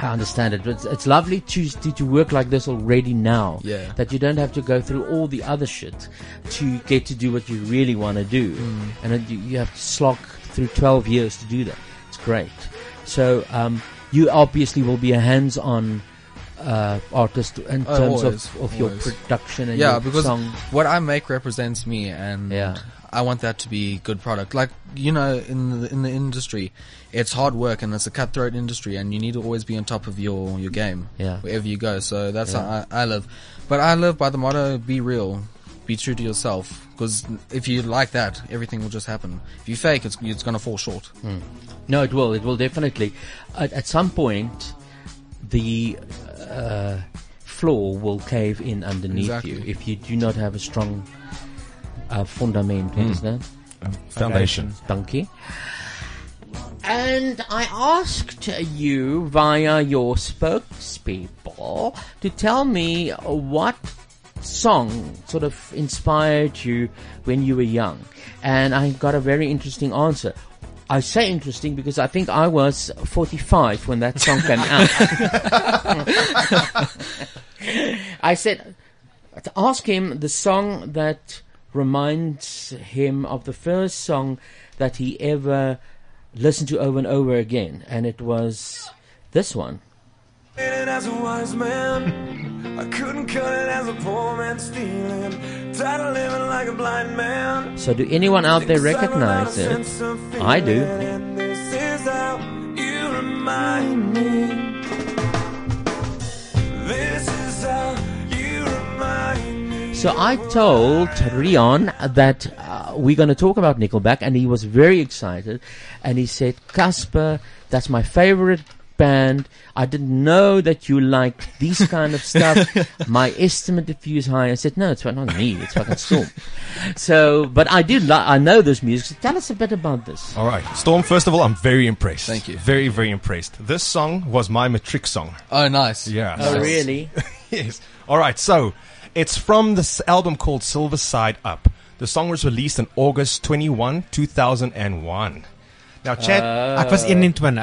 I understand it. But it's, it's lovely to, to to work like this already now. Yeah. that you don't have to go through all the other shit to get to do what you really want to do, Mm. and it, you, you have to slog through twelve years to do that. It's great. So um, you obviously will be a hands-on. Uh, artist in Oh, terms always, of, of your always. production and yeah, your because song. what I make represents me, and I want that to be good product. Like you know, in the, in the industry, it's hard work and it's a cutthroat industry, and you need to always be on top of your your game. Yeah. wherever you go. So that's Yeah. how I, I live, but I live by the motto: be real, be true to yourself. Because if you like that, everything will just happen. If you fake, it's it's gonna fall short. Hmm. No, it will. It will definitely. At, at some point, the uh, floor will cave in underneath Exactly. you if you do not have a strong uh, fundament. What Hmm. is that? Foundation. Thank you. And I asked you via your spokespeople to tell me what song sort of inspired you when you were young. And I got a very interesting answer. I say interesting because I think I was 45 when that song came out. I said, to ask him the song that reminds him of the first song that he ever listened to over and over again, and it was this one. it as a wise man. I couldn't cut it as a poor man stealing. Tired of living like a blind man. So, do anyone out there recognize it? I do. And this is how you remind me. This is how you remind me. So, I told Rion that uh, we're going to talk about Nickelback, and he was very excited. And he said, Casper, that's my favorite band. I didn't know that you liked these kind of stuff. my estimate of you is high. I said, no, it's not me. It's fucking Storm. so, but I did. Li- I know this music. So tell us a bit about this. All right, Storm. First of all, I'm very impressed. Thank you. Very, very impressed. This song was my matric song. Oh, nice. Yeah. Oh, nice. really? yes. All right. So it's from this album called Silver Side Up. The song was released on August 21, 2001. Now, Chad, Ek Oh. was 21.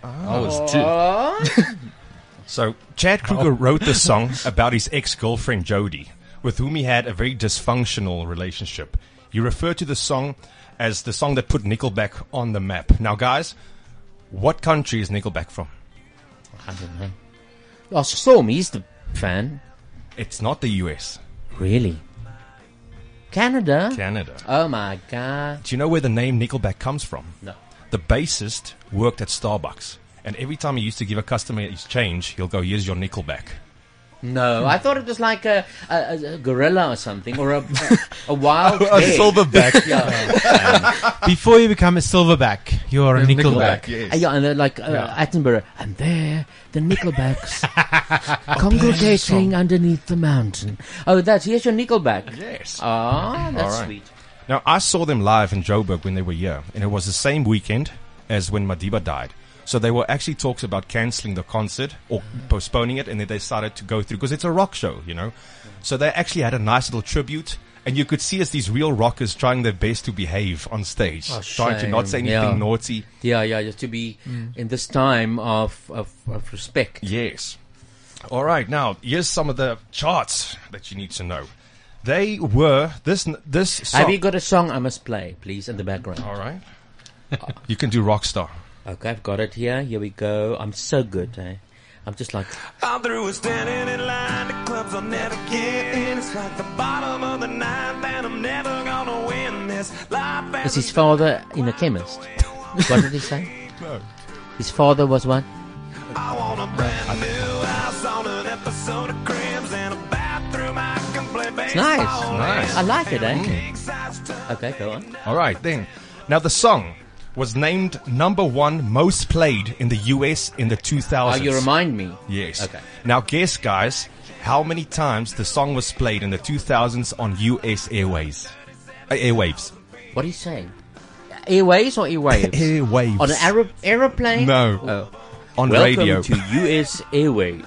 I was oh, two. so Chad Oh. Kruger wrote this song about his ex-girlfriend Jody, with whom he had a very dysfunctional relationship. He referred to the song as the song that put Nickelback on the map. Now, guys, what country is Nickelback from? I don't know. Ask Oh, Storm. He's the fan. It's not the US. Really? Canada? Canada. Oh my god. Do you know where the name Nickelback comes from? No. The bassist worked at Starbucks, and every time he used to give a customer his change, he'll go, "Here's your Nickelback." No, I thought it was like a, a, a- a gorilla or something, or a, a wild A pig. silverback. Yeah. Before you Um, become a silverback, You're a The Nickelback. Uh, yeah, and they're like uh, Yeah. Attenborough, and there the Nickelbacks congregating underneath the mountain. Oh, that's here's your Nickelback. Yes. Ah, that's All right. sweet. Now, I saw them live in Joburg when they were here, and it was the same weekend as when Madiba died. So there were actually talks about cancelling the concert or postponing it, and then they started to go through because it's a rock show, you know. So they actually had a nice little tribute, and you could see as these real rockers trying their best to behave on stage, Oh, trying to shame. not say anything Yeah. naughty. Yeah, yeah, just to be Mm. in this time of, of, of respect. Yes. All right, now here's some of the charts that you need to know. They were this this. Song, Have you got a song I must play, please, in the background? All right. you can do Rockstar. Okay, I've got it here. Here we go. I'm so good. Eh? I'm just like I'm through with standing in line to clubs I'll never get in. It's like the bottom of the ninth, and I'm never gonna win this life. Is his father in a chemist? what did he say? No. His father was what? I want a Oh. brand new house on an episode of Crims and a bathroom I can play It's baseball. nice. Nice. Mm. I like it, eh? Okay, go on. All right, then. Now, the song was named number one most played in the US in the 2000s. Oh, you remind me. Yes. Okay. Now, guess, guys, how many times the song was played in the 2000s on US Airways? Uh, airwaves. What are you saying? Airways or airwaves? Airwaves. On an aer- aeroplane? No. On Oh. Welcome radio. to US Airways,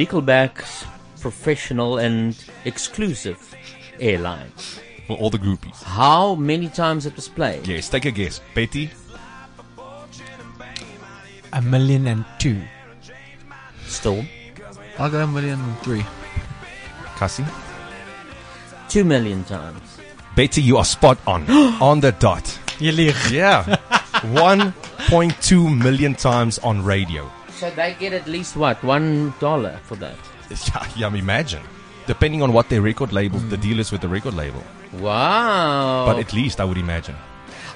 Nickelback's professional and exclusive airline. For all the groupies. How many times it was played? Yes, take a guess. Betty? A million and two. Storm? I'll go a million and three. Cassie? Two million times. Betty, you are spot on. on the dot. You live. Yeah. 1.2 million times on radio. So they get at least what? One dollar for that? Yeah, yeah, I mean, imagine. Depending on what their record label, the dealers with the record label. Hmm. Wow. But at least I would imagine.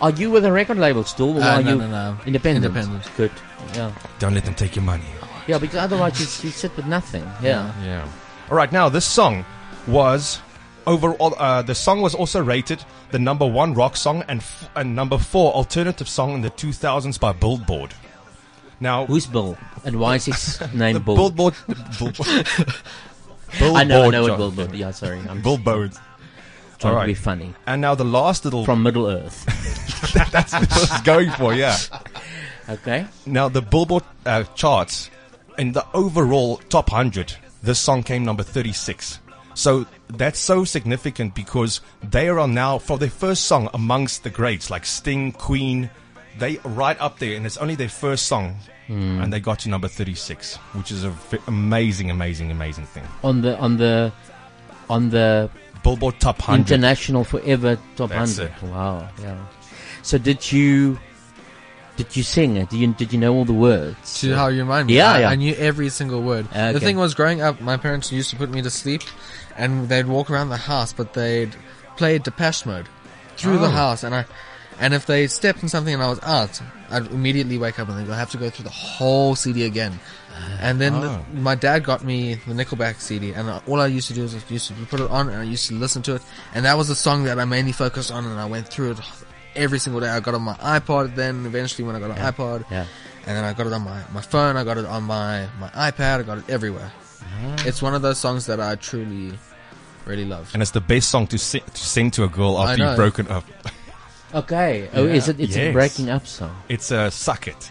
Are you with a record label still? Or Uh, are no, you no, no. Independent. Independent. Good. Yeah. Don't let them take your money. Yeah, because otherwise you, you sit with nothing. Yeah. Yeah. All right, now this song was overall. Uh, the song was also rated the number one rock song and f- and number four alternative song in the 2000s by Billboard. Now, who's Bill and why is his name the Bill? Billboard? Billboard. I know, I know John. what Billboard. Yeah, sorry. I'm Billboard. Trying All to right. be funny. And now the last little from Middle Earth. That's what it's going for, yeah. Okay. Now the Billboard uh, charts in the overall top hundred, this song came number thirty-six. So that's so significant because they are now for their first song amongst the greats like Sting, Queen. They are right up there, and it's only their first song, Hmm. and they got to number thirty-six, which is a v- amazing, amazing, amazing thing. on the on the on the Billboard Top 100. International Forever Top That's 100. Wow. Yeah. So did you did you sing it? Did you, did you know all the words? to how you remind me. Yeah, I, yeah. Ah, I knew every single word. Okay. The thing was, growing up, my parents used to put me to sleep, and they'd walk around the house, but they'd play Depeche Mode through the Oh. house, and I, and if they stepped in something and I was out, I'd immediately wake up and they'd go, "I have to go through the whole CD again. Ah. And then the- Oh. my dad got me the Nickelback CD, and all I used to do is I used to put it on and I used to listen to it, and that was the song that I mainly focused on, and I went through it every single day. I got on my iPod, then eventually when I got an iPod, Yeah. and then I got it on my, my phone, I got it on my, my iPad, I got it everywhere. It's one of those songs that I truly, really love. And it's the best song to, si- to sing to a girl I after you've know. broken up. Okay. Oh, is it? It's a Yes. breaking up song. It's a suck it.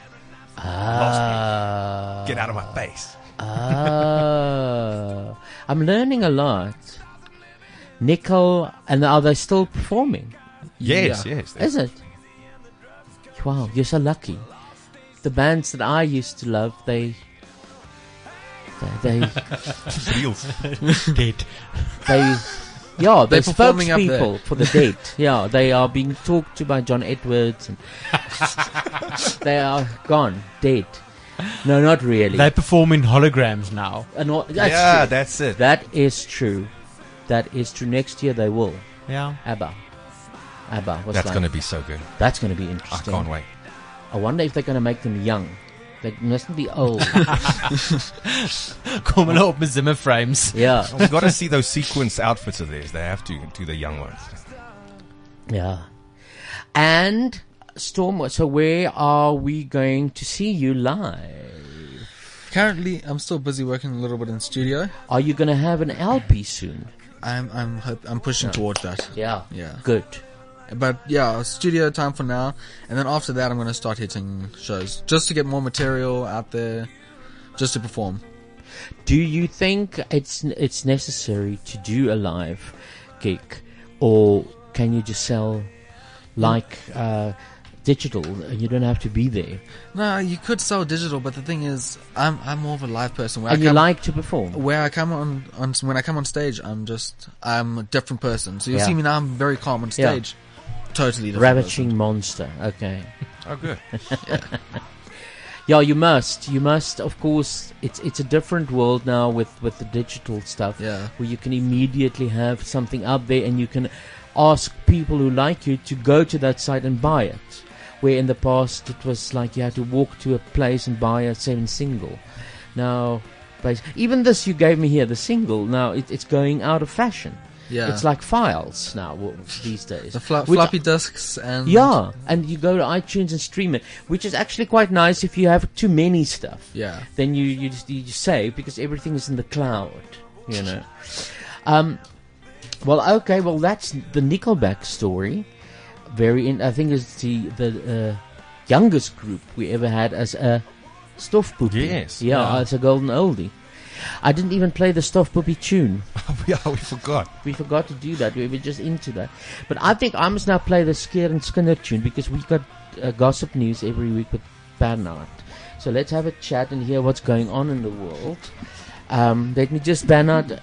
Ah. Get out of my face. Ah. I'm learning a lot. Nickel, and are they still performing? Yes, Yeah. yes. Is it? Wow, you're so lucky. The bands that I used to love, they. They. they Reels. Dead. They. They're Yeah, they're performing up there. spokespeople for the dead. Yeah, they are being talked to by John Edwards. And they are gone, dead. No, not really. They perform in holograms now. And all- that's Yeah, true. that's it. That is true. That is true. Next year they will. Yeah. ABBA. ABBA. What's That's like? gonna be so good. That's going to be interesting. can't wait. I wonder if they're going to make them young. They mustn't be old. Kom hulle op met Zimmer frames. Yeah. We've got to see those sequence outfits of theirs. They have to do the young ones. Yeah. And Storm, so where are we going to see you live? Currently, I'm still busy working a little bit in studio. Are you going to have an LP soon? I'm I'm hope, I'm pushing Yeah. towards that. Yeah. Yeah. Good. But yeah, studio time for now, and then after that, I'm going to start hitting shows just to get more material out there, just to perform. Do you think it's it's necessary to do a live gig, or can you just sell like uh, digital and you don't have to be there? No, you could sell digital, but the thing is, I'm I'm more of a live person. Where And I you come, like to perform? Where I come on, on when I come on stage, I'm just I'm a different person. So you Yeah. see me now, I'm very calm on Yeah. stage. Totally different. Ravaging monster. Okay. Oh, good. yeah. Yeah, you must. You must. Of course, it's it's a different world now with with the digital stuff. Yeah. Where you can immediately have something up there, and you can ask people who like you to go to that site and buy it. Where in the past it was like you had to walk to a place and buy a seven single. Now, bas- even this you gave me here, the single. Now it, it's going out of fashion. Yeah. It's like files now w- these days. The fla- Which- floppy disks and yeah, and you go to iTunes and stream it, which is actually quite nice if you have too many stuff. Yeah. Then you you just you just save because everything is in the cloud, you know. um, well, okay, well that's the Nickelback story. Very, in, I think it's the the uh, youngest group we ever had as a Stoffpuppy. Yes, Yeah, yeah. as a golden oldie. I didn't even play the Stoffpuppy tune. Oh, yeah, we forgot. We forgot to do that. We were just into that. But I think I must now play the Scare and Skinner tune because we got uh, gossip news every week with Bernard. So let's have a chat and hear what's going on in the world. Um, let me just, Bernard, uh,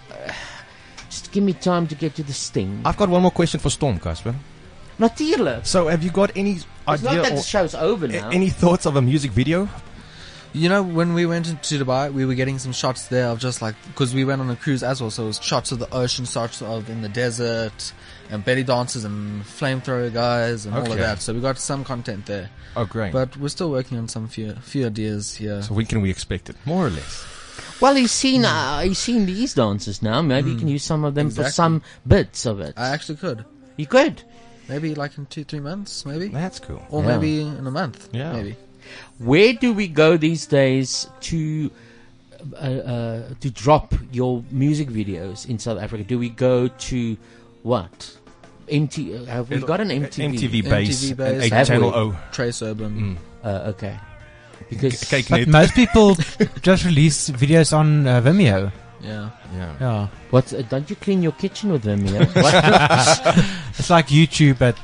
just give me time to get to the sting. I've got one more question for Storm, Casper. Natuurlijk. So, have you got any It's idea not that or the show's over a- now. any thoughts of a music video? You know, when we went into Dubai, we were getting some shots there of just like because we went on a cruise as well, so it was shots of the ocean, shots of in the desert, and belly dancers and flamethrower guys and all of Okay. that. So we got some content there. Oh, great. But we're still working on some few few ideas here. So when can we expect it? More or less. Well, he's seen uh, he's seen these dances now. Maybe you Mm. can Hmm. use some of them for Exactly. some bits of it. I actually could. You could. Maybe like in two, three months, maybe. That's cool. Or Yeah. maybe in a month. Yeah. Maybe. Where do we go these days to uh, uh, to drop your music videos in South Africa? Do we go to what? MT, have we It'll- got an uh, MTV? MTV base, MTV base, and Have Channel we? O. Trace Urban. Uh, okay. Because K- Cake But most people just release videos on uh, Vimeo. Yeah. Yeah. Yeah. What? Uh, don't you clean your kitchen with them? Yeah. What? it's like YouTube, but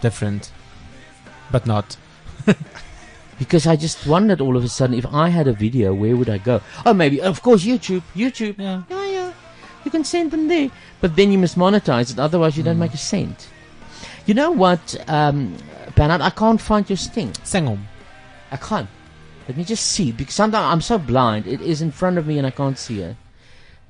different, but not. because I just wondered all of a sudden if I had a video, where would I go? Oh, maybe of course YouTube. YouTube. Yeah. Yeah. You can send them there, but then you must monetize it. Otherwise, Hmm. you don't make a cent. You know what, um, Bernard? I can't find your sting. Singom. I can't. Let me just see because sometimes I'm so blind. It is in front of me and I can't see it.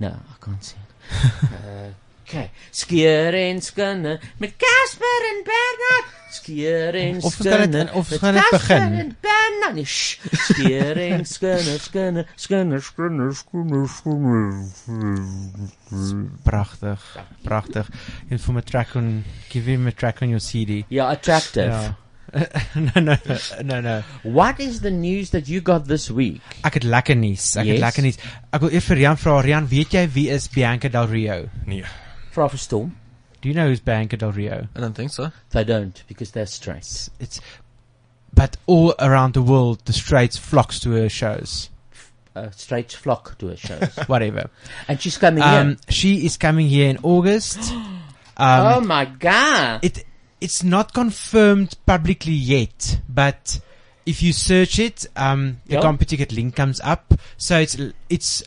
No, I can't see it. okay. Skeer en skinne met Casper en Bernard. Skeer en Of we gaan het- skinne of we met gaan het Casper begin. en Bernard. Nee, shh. Skeer en skinne, skinne, skinne, skinne, skinne, skinne. Prachtig, prachtig. And from a track on, give him a track on your CD. Yeah, attractive. no, no, no, no. What is the news that you got this week? Ek het lekker nuus. Ek Yes. het lekker nuus. Ek wil eers vir Rian vra, Rian, weet jy wie is Bianca Del Rio? Nee. Vra vir Storm. Do you know who's Bianca Del Rio? I don't think so. They don't because they're straight. It's but all around the world the straights flocks to her shows. uh, straight flock to her shows. Whatever. And she's coming Um, here. she is coming here in August. Um, oh my god! It it's not confirmed publicly yet, but if you search it, um, the Yeah. CompuTicket link comes up. So it's it's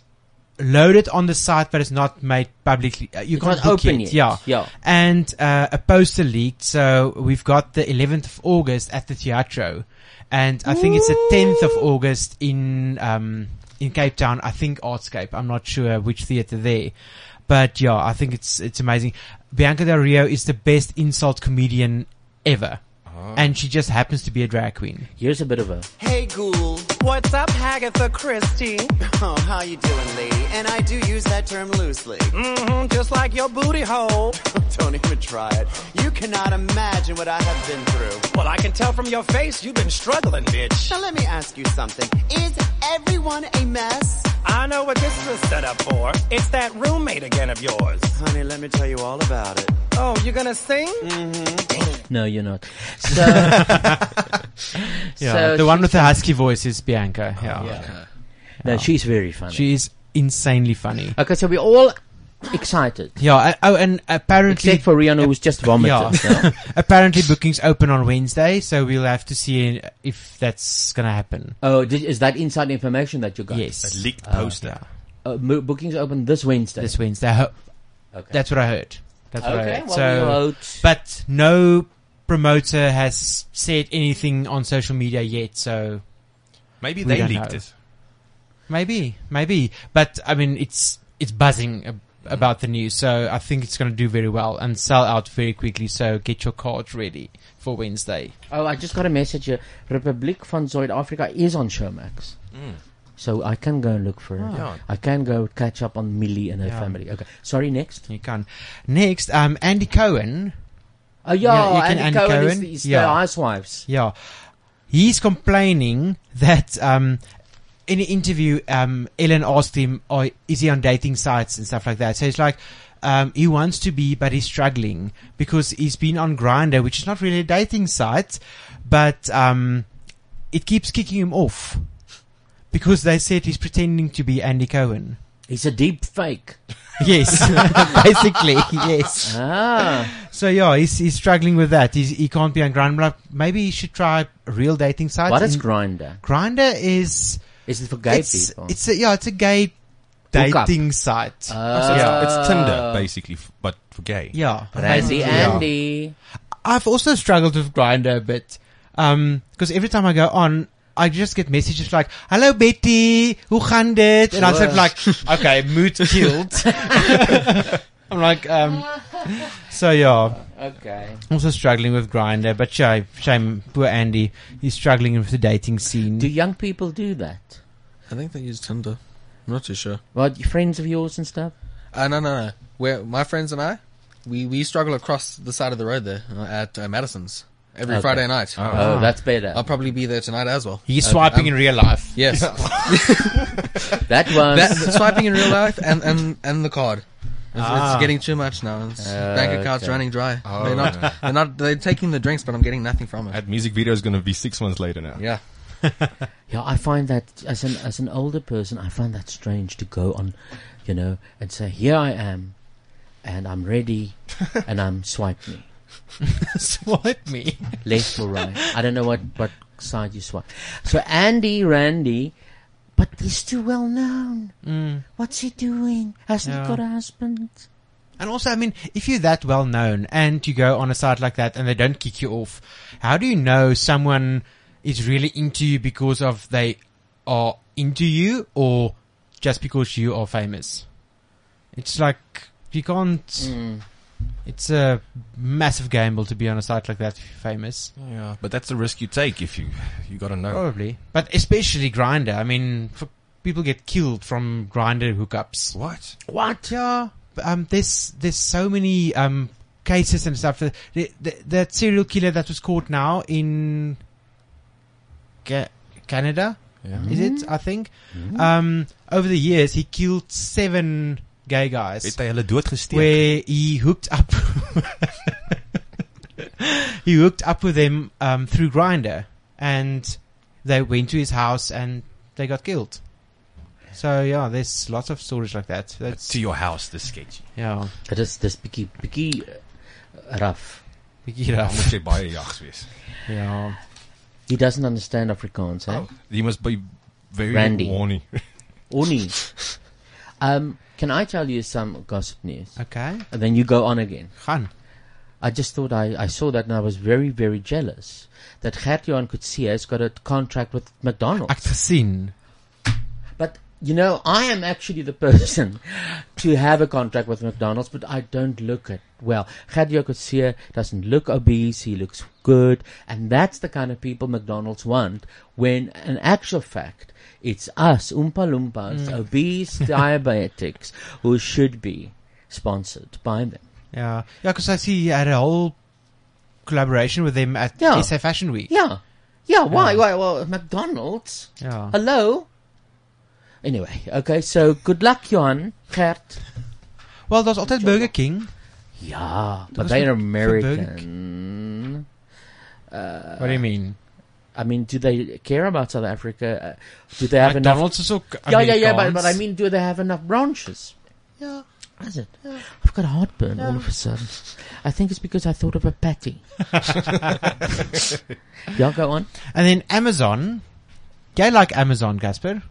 loaded on the site, but it's not made publicly. Uh, You It's can't not book open it. yet. Yeah, Yeah. And uh, a poster leaked. So we've got the 11th of August at the Teatro, and I think it's the 10th of August in um, in Cape Town. I think Artscape. I'm not sure which theatre there. But yeah, I think it's it's amazing. Bianca Del Rio is the best insult comedian ever. Ah. And she just happens to be a drag queen. Here's a bit of a Hey ghoul, What's up, Agatha Christie? Oh, how you doing, lady? And I do use that term loosely. Mm-hmm, just like your booty hole. Don't even try it. You cannot imagine what I have been through. Well, I can tell from your face you've been struggling, bitch. Now let me ask you something. Is everyone a mess? I know what this is a setup for. It's that roommate again of yours. Honey, let me tell you all about it. Oh, you're gonna sing? Mm-hmm. No, you're not. So, yeah, the one she's with the husky voice is Bianca. Yeah. yeah. No, she's very funny. She is insanely funny. Okay, so we're all excited. Yeah. I, oh, and apparently, Except for Rihanna, who's just vomited. so. apparently, bookings open on Wednesday, so we'll have to see if that's gonna happen. Oh, did, is that inside information that you got? Oh, Yes. A leaked poster. Uh, mo- bookings open this Wednesday. This Wednesday. I ho- Okay. That's what I heard. That's what I Okay, heard. well, so, we'll but no promoter has said anything on social media yet. So Maybe we they don't leaked know. it. Maybe, maybe. But I mean, it's it's buzzing ab- Mm-hmm. about the news, so I think it's going to do very well and sell out very quickly. So get your cards ready for Wednesday. Oh, I just got a message here. Republic van Zuid-Africa is on Showmax. Mm. So I can go and look for it. Ah. Yeah. I can go catch up on Millie and her Yeah. family. Okay. Sorry, next. You can. Next, um, Andy Cohen. Oh, yeah, Andy Cohen is the- is the Housewives. Yeah. He's complaining that um, in an interview, um, Ellen asked him, oh, is he on dating sites and stuff like that? So it's like, um, he wants to be, but he's struggling because he's been on Grinder, which is not really a dating site, but um, it keeps kicking him off because they said he's pretending to be Andy Cohen. He's a deep fake. Yes, basically, yes. Ah. So yeah, he's, he's struggling with that. He's, he can't be on Grinder. Like, maybe he should try a real dating sites. What is and- Grinder? Grinder is Is it for gay it's, people? It's a, yeah, it's a gay Hookup. Ah. dating site. So it's- yeah. it's, Tinder, basically, f- but for gay. Yeah, Randy basically, yeah. Andy. I've also struggled with Grinder a bit because every time I go on. I just get messages like, hello Betty, who gaan dit? And I sort of like, okay, mood killed. I'm like, um, so yeah. Okay. Also struggling with Grinder, but shame, shame, poor Andy. He's struggling with the dating scene. Do young people do that? I think they use Tinder. I'm not too sure. What, your friends of yours and stuff? Uh, no, no, no. Where my friends and I, we, we struggle across the side of the road there uh, at uh, Madison's every Okay. Friday night. Oh. Oh, that's better. I'll probably be there tonight as well. um, He's swiping in real life. Yes. that was- swiping in real life and and, and the card. It's, Ah. it's getting too much now. It's, Uh, Oh, bank account's okay. running dry. Oh, they're not. yeah. They're not. They're taking the drinks, but I'm getting nothing from it. That music video is going to be six months later now. Yeah. Yeah, I find that as an as an older person, I find that strange to go on, you know, and say, "Here I am, and I'm ready, and I'm swipe me, swipe me left or right." I don't know what what side you swipe. So Andy, Randy, but he's too well known. Mm. What's he doing? Hasn't Yeah. he got a husband? And also, I mean, if you're that well known and you go on a site like that and they don't kick you off, how do you know someone is really into you because of they are into you or just because you are famous? It's like you can't. Hmm. It's a massive gamble to be on a site like that if you're famous. Yeah, but that's the risk you take if you you got to know. Probably, but especially grinder. I mean, f people get killed from grinder hookups. What? What? Yeah. Um. There's there's so many um cases and stuff. The, the, that serial killer that was caught now in Ca- Canada. Yeah. Is it? I think. Mm-hmm. Um. Over the years, he killed seven gay guys. Het hy hulle doodgesteek? Where he hooked up. he hooked up with them um, through Grinder, and they went to his house and they got killed. So yeah, there's lots of stories like that. That's To your house, this sketchy. Yeah. Dit is dis bietjie bietjie uh, rough. Bietjie rough. Dan moet jy baie jags wees. Ja. He doesn't understand Afrikaans, eh? You Oh, must be very Randy. horny. Oni. Um, can I tell you some gossip news? Okay. And then you go on again. Gaan. I just thought I, I saw that and I was very, very jealous that Gert-Jan Coetzee has got a contract with McDonald's. I've seen. But you know, I am actually the person to have a contract with McDonald's, but I don't look at well. Gadio Kutsia doesn't look obese; he looks good, and that's the kind of people McDonald's want. When, in actual fact, it's us Oompa Loompas, Mm. obese diabetics, who should be sponsored by them. Yeah, yeah, because I see you had a whole collaboration with them at Yeah. SA Fashion Week. Yeah, yeah. Why? Why? Well, McDonald's. Yeah. Hello. Anyway, okay. So good luck, Johan Gert. Well, there's altijd Burger King. Yeah, Dit but was they're vir- vir Burger American. Uh, What do you mean? I mean, do they care about South Africa? Uh, do they have enough? McDonald's is ook Yeah, yeah, yeah. But, Amerikaans. but I mean, do they have enough branches? Yeah. Is it? I've got heartburn all of a sudden. I think it's because I thought of a patty. yeah, go on. And then Amazon. Jy like Amazon, Gasper?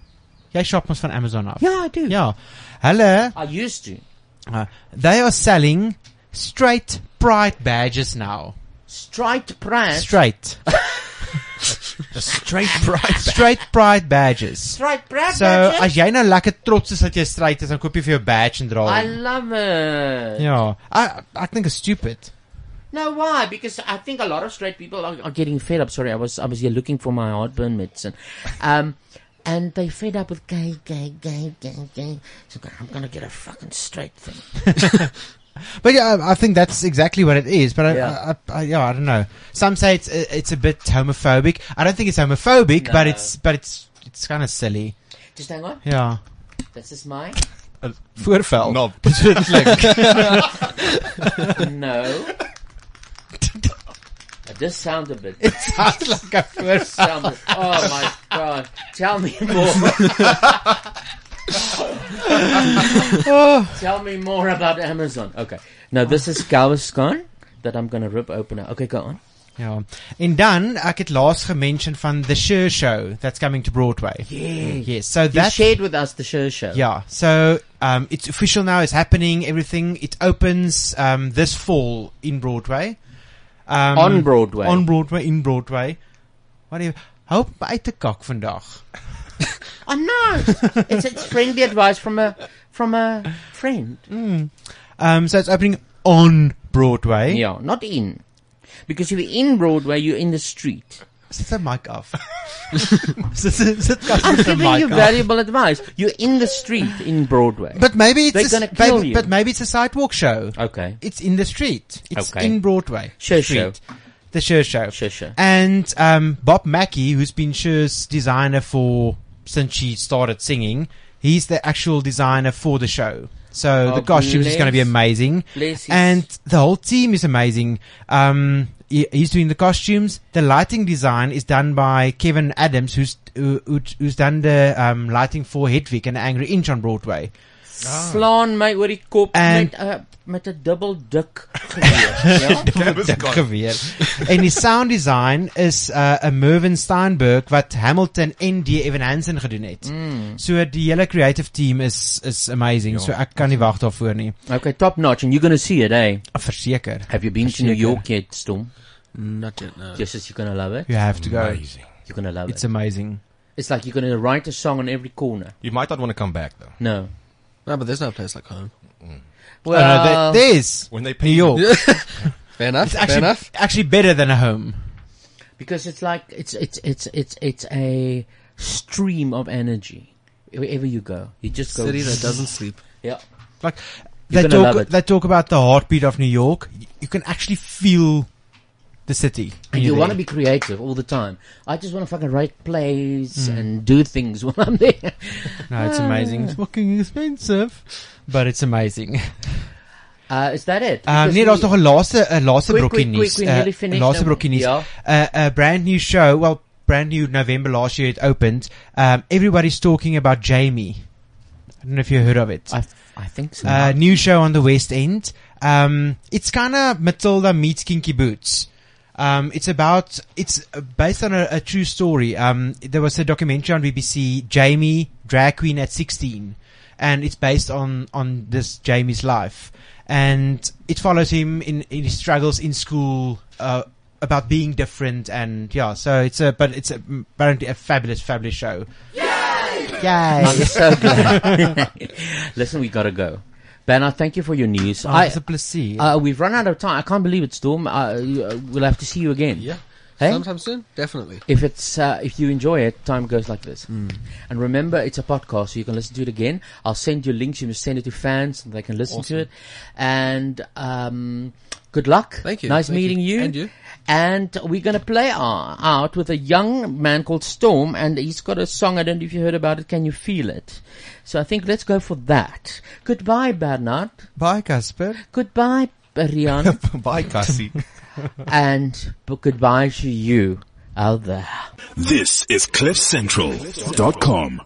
Jy shop ons van Amazon af. Yeah, I do. Yeah. Hulle I used to. uh, they are selling straight pride badges now. Striped pride. Straight. straight pride. Straight pride badges. Straight pride so, badges? as jy nou lekker trots is dat jy straight is, dan koop jy vir jou badge en dra. I hom. love it. Ja. I I think it's stupid. No, why? Because I think a lot of straight people are, are getting fed up. Sorry, I was I was here looking for my heartburn medicine, um, and they fed up with gay, gay, gay, gay, gay. So I'm gonna get a fucking straight thing. But yeah, I I think that's exactly what it is. But I, Yeah. I, I, I, yeah, I don't know. Some say it's it's a bit homophobic. I don't think it's homophobic, but No. it's but it's it's kind of silly. Just hang on. Yeah. This is my. Uh, Voorval. No. no. It does sound a bit. It sounds like a It first. sounded- Oh my god! Tell me more. Oh. Tell me more about Amazon. Okay. Now this is Gawaskon that I'm gonna rip open. now. Okay, go on. Ja. En dan ek het laas gemention van the Sure show that's coming to Broadway. Yeah. Yes. So You that shared with us the show show. Yeah. So um, it's official now. It's happening. Everything. It opens um, this fall in Broadway. Um, On Broadway. On Broadway in Broadway. Wat jy hoop uit te kak vandag. I know. it's, it's friendly advice from a from a friend. Um, so it's opening on Broadway. Yeah, not in. Because if you're in Broadway, you're in the street. Sit the mic off. sit, sit, sit, I'm sit the giving you mic off. valuable advice. You're in the street in Broadway. But maybe it's they're a s- gonna kill maybe- you. but maybe it's a sidewalk show. Okay. It's in the street. It's Okay. in Broadway. Sure show. Street. The Sure Show. Sure show. And um, Bob Mackey, who's been Cher's designer for since she started singing, he's the actual designer for the show. So Oh, the costumes is going to be bless. amazing, Bless his- and the whole team is amazing. Um, he- he's doing the costumes. The lighting design is done by Kevin Adams, who's who, who's- who's done the um, lighting for Hedwig and the Angry Inch on Broadway. Slaan my oor die kop Ah. And- met 'n met 'n dubbel dik geweer. ja? Dik geweer. en die sound design is 'n uh, Mervyn Steinberg wat Hamilton en D Evan Hansen gedoen het. Mm. So die hele creative team is is amazing. So ek kan nie wag daarvoor nie. Okay, Ja, top notch and you're going to see it, eh? Verseker. Have you been to New Verseker. York yet, Storm? Not yet, no. Just as you're going to love it. You have to go. Amazing. You're going to love It's it. amazing. It's like you're going to write a song on every corner. You might not want to come back though. No. No, but there's no place like home. Well, Uh, um, there- there's When they pay New York. you- Fair enough. It's actually, fair enough. actually better than a home. because it's like it's it's it's it's it's a stream of energy wherever you go. You just go City that doesn't sleep. Yeah. Like You're they gonna love talk it. they talk about the heartbeat of New York. You, you can actually feel the city. when And you you're want to there. be creative all the time. I just want to fucking write plays Mm. and do things when I'm there. Ah. No, it's amazing. It's fucking expensive, but it's amazing. Uh, is that it? Um, Because nee, daar's we- nog 'n laaste 'n laaste Quick, brokkie quick, nuus. quick, we nearly Uh, 'n finished, laaste don't we? brokkie nuus. Ja. 'n 'n Uh, brand new show. Well, brand new November last year it opened. Um everybody's talking about Jamie. I don't know if you heard of it. I I think so. Uh new show on the West End. Um it's kind of Matilda meets Kinky Boots. Um it's about it's uh, based on a, a true story. Um there was a documentary on BBC Jamie drag queen at 16 and it's based on on this Jamie's life, and it follows him in, in his struggles in school uh, about being different, and yeah. So it's a but it's a, apparently a fabulous, fabulous show. Yay. I'm so glad. Listen, we gotta go. Banner, thank you for your news. Oh, it's a pleasure. Uh, we've run out of time. I can't believe it, Storm. Uh, you- uh, we'll have to see you again. Yeah. Hey? Sometime soon, definitely. If it's uh, if you enjoy it, time goes like this. And remember, it's a podcast, so you can listen to it again. I'll send you links. You must send it to fans, and they can listen to Awesome. it. And um, good luck. Thank you. Nice Thank meeting you. And you. And we're gonna play our, out with a young man called Storm, and he's got a song. I don't know if you heard about it. Can you feel it? So I think let's go for that. Goodbye, Bernard. Bye, Casper. Goodbye, Rihanna. Bye, Cassie. and b- goodbye to you out there. This is CliffCentral.com.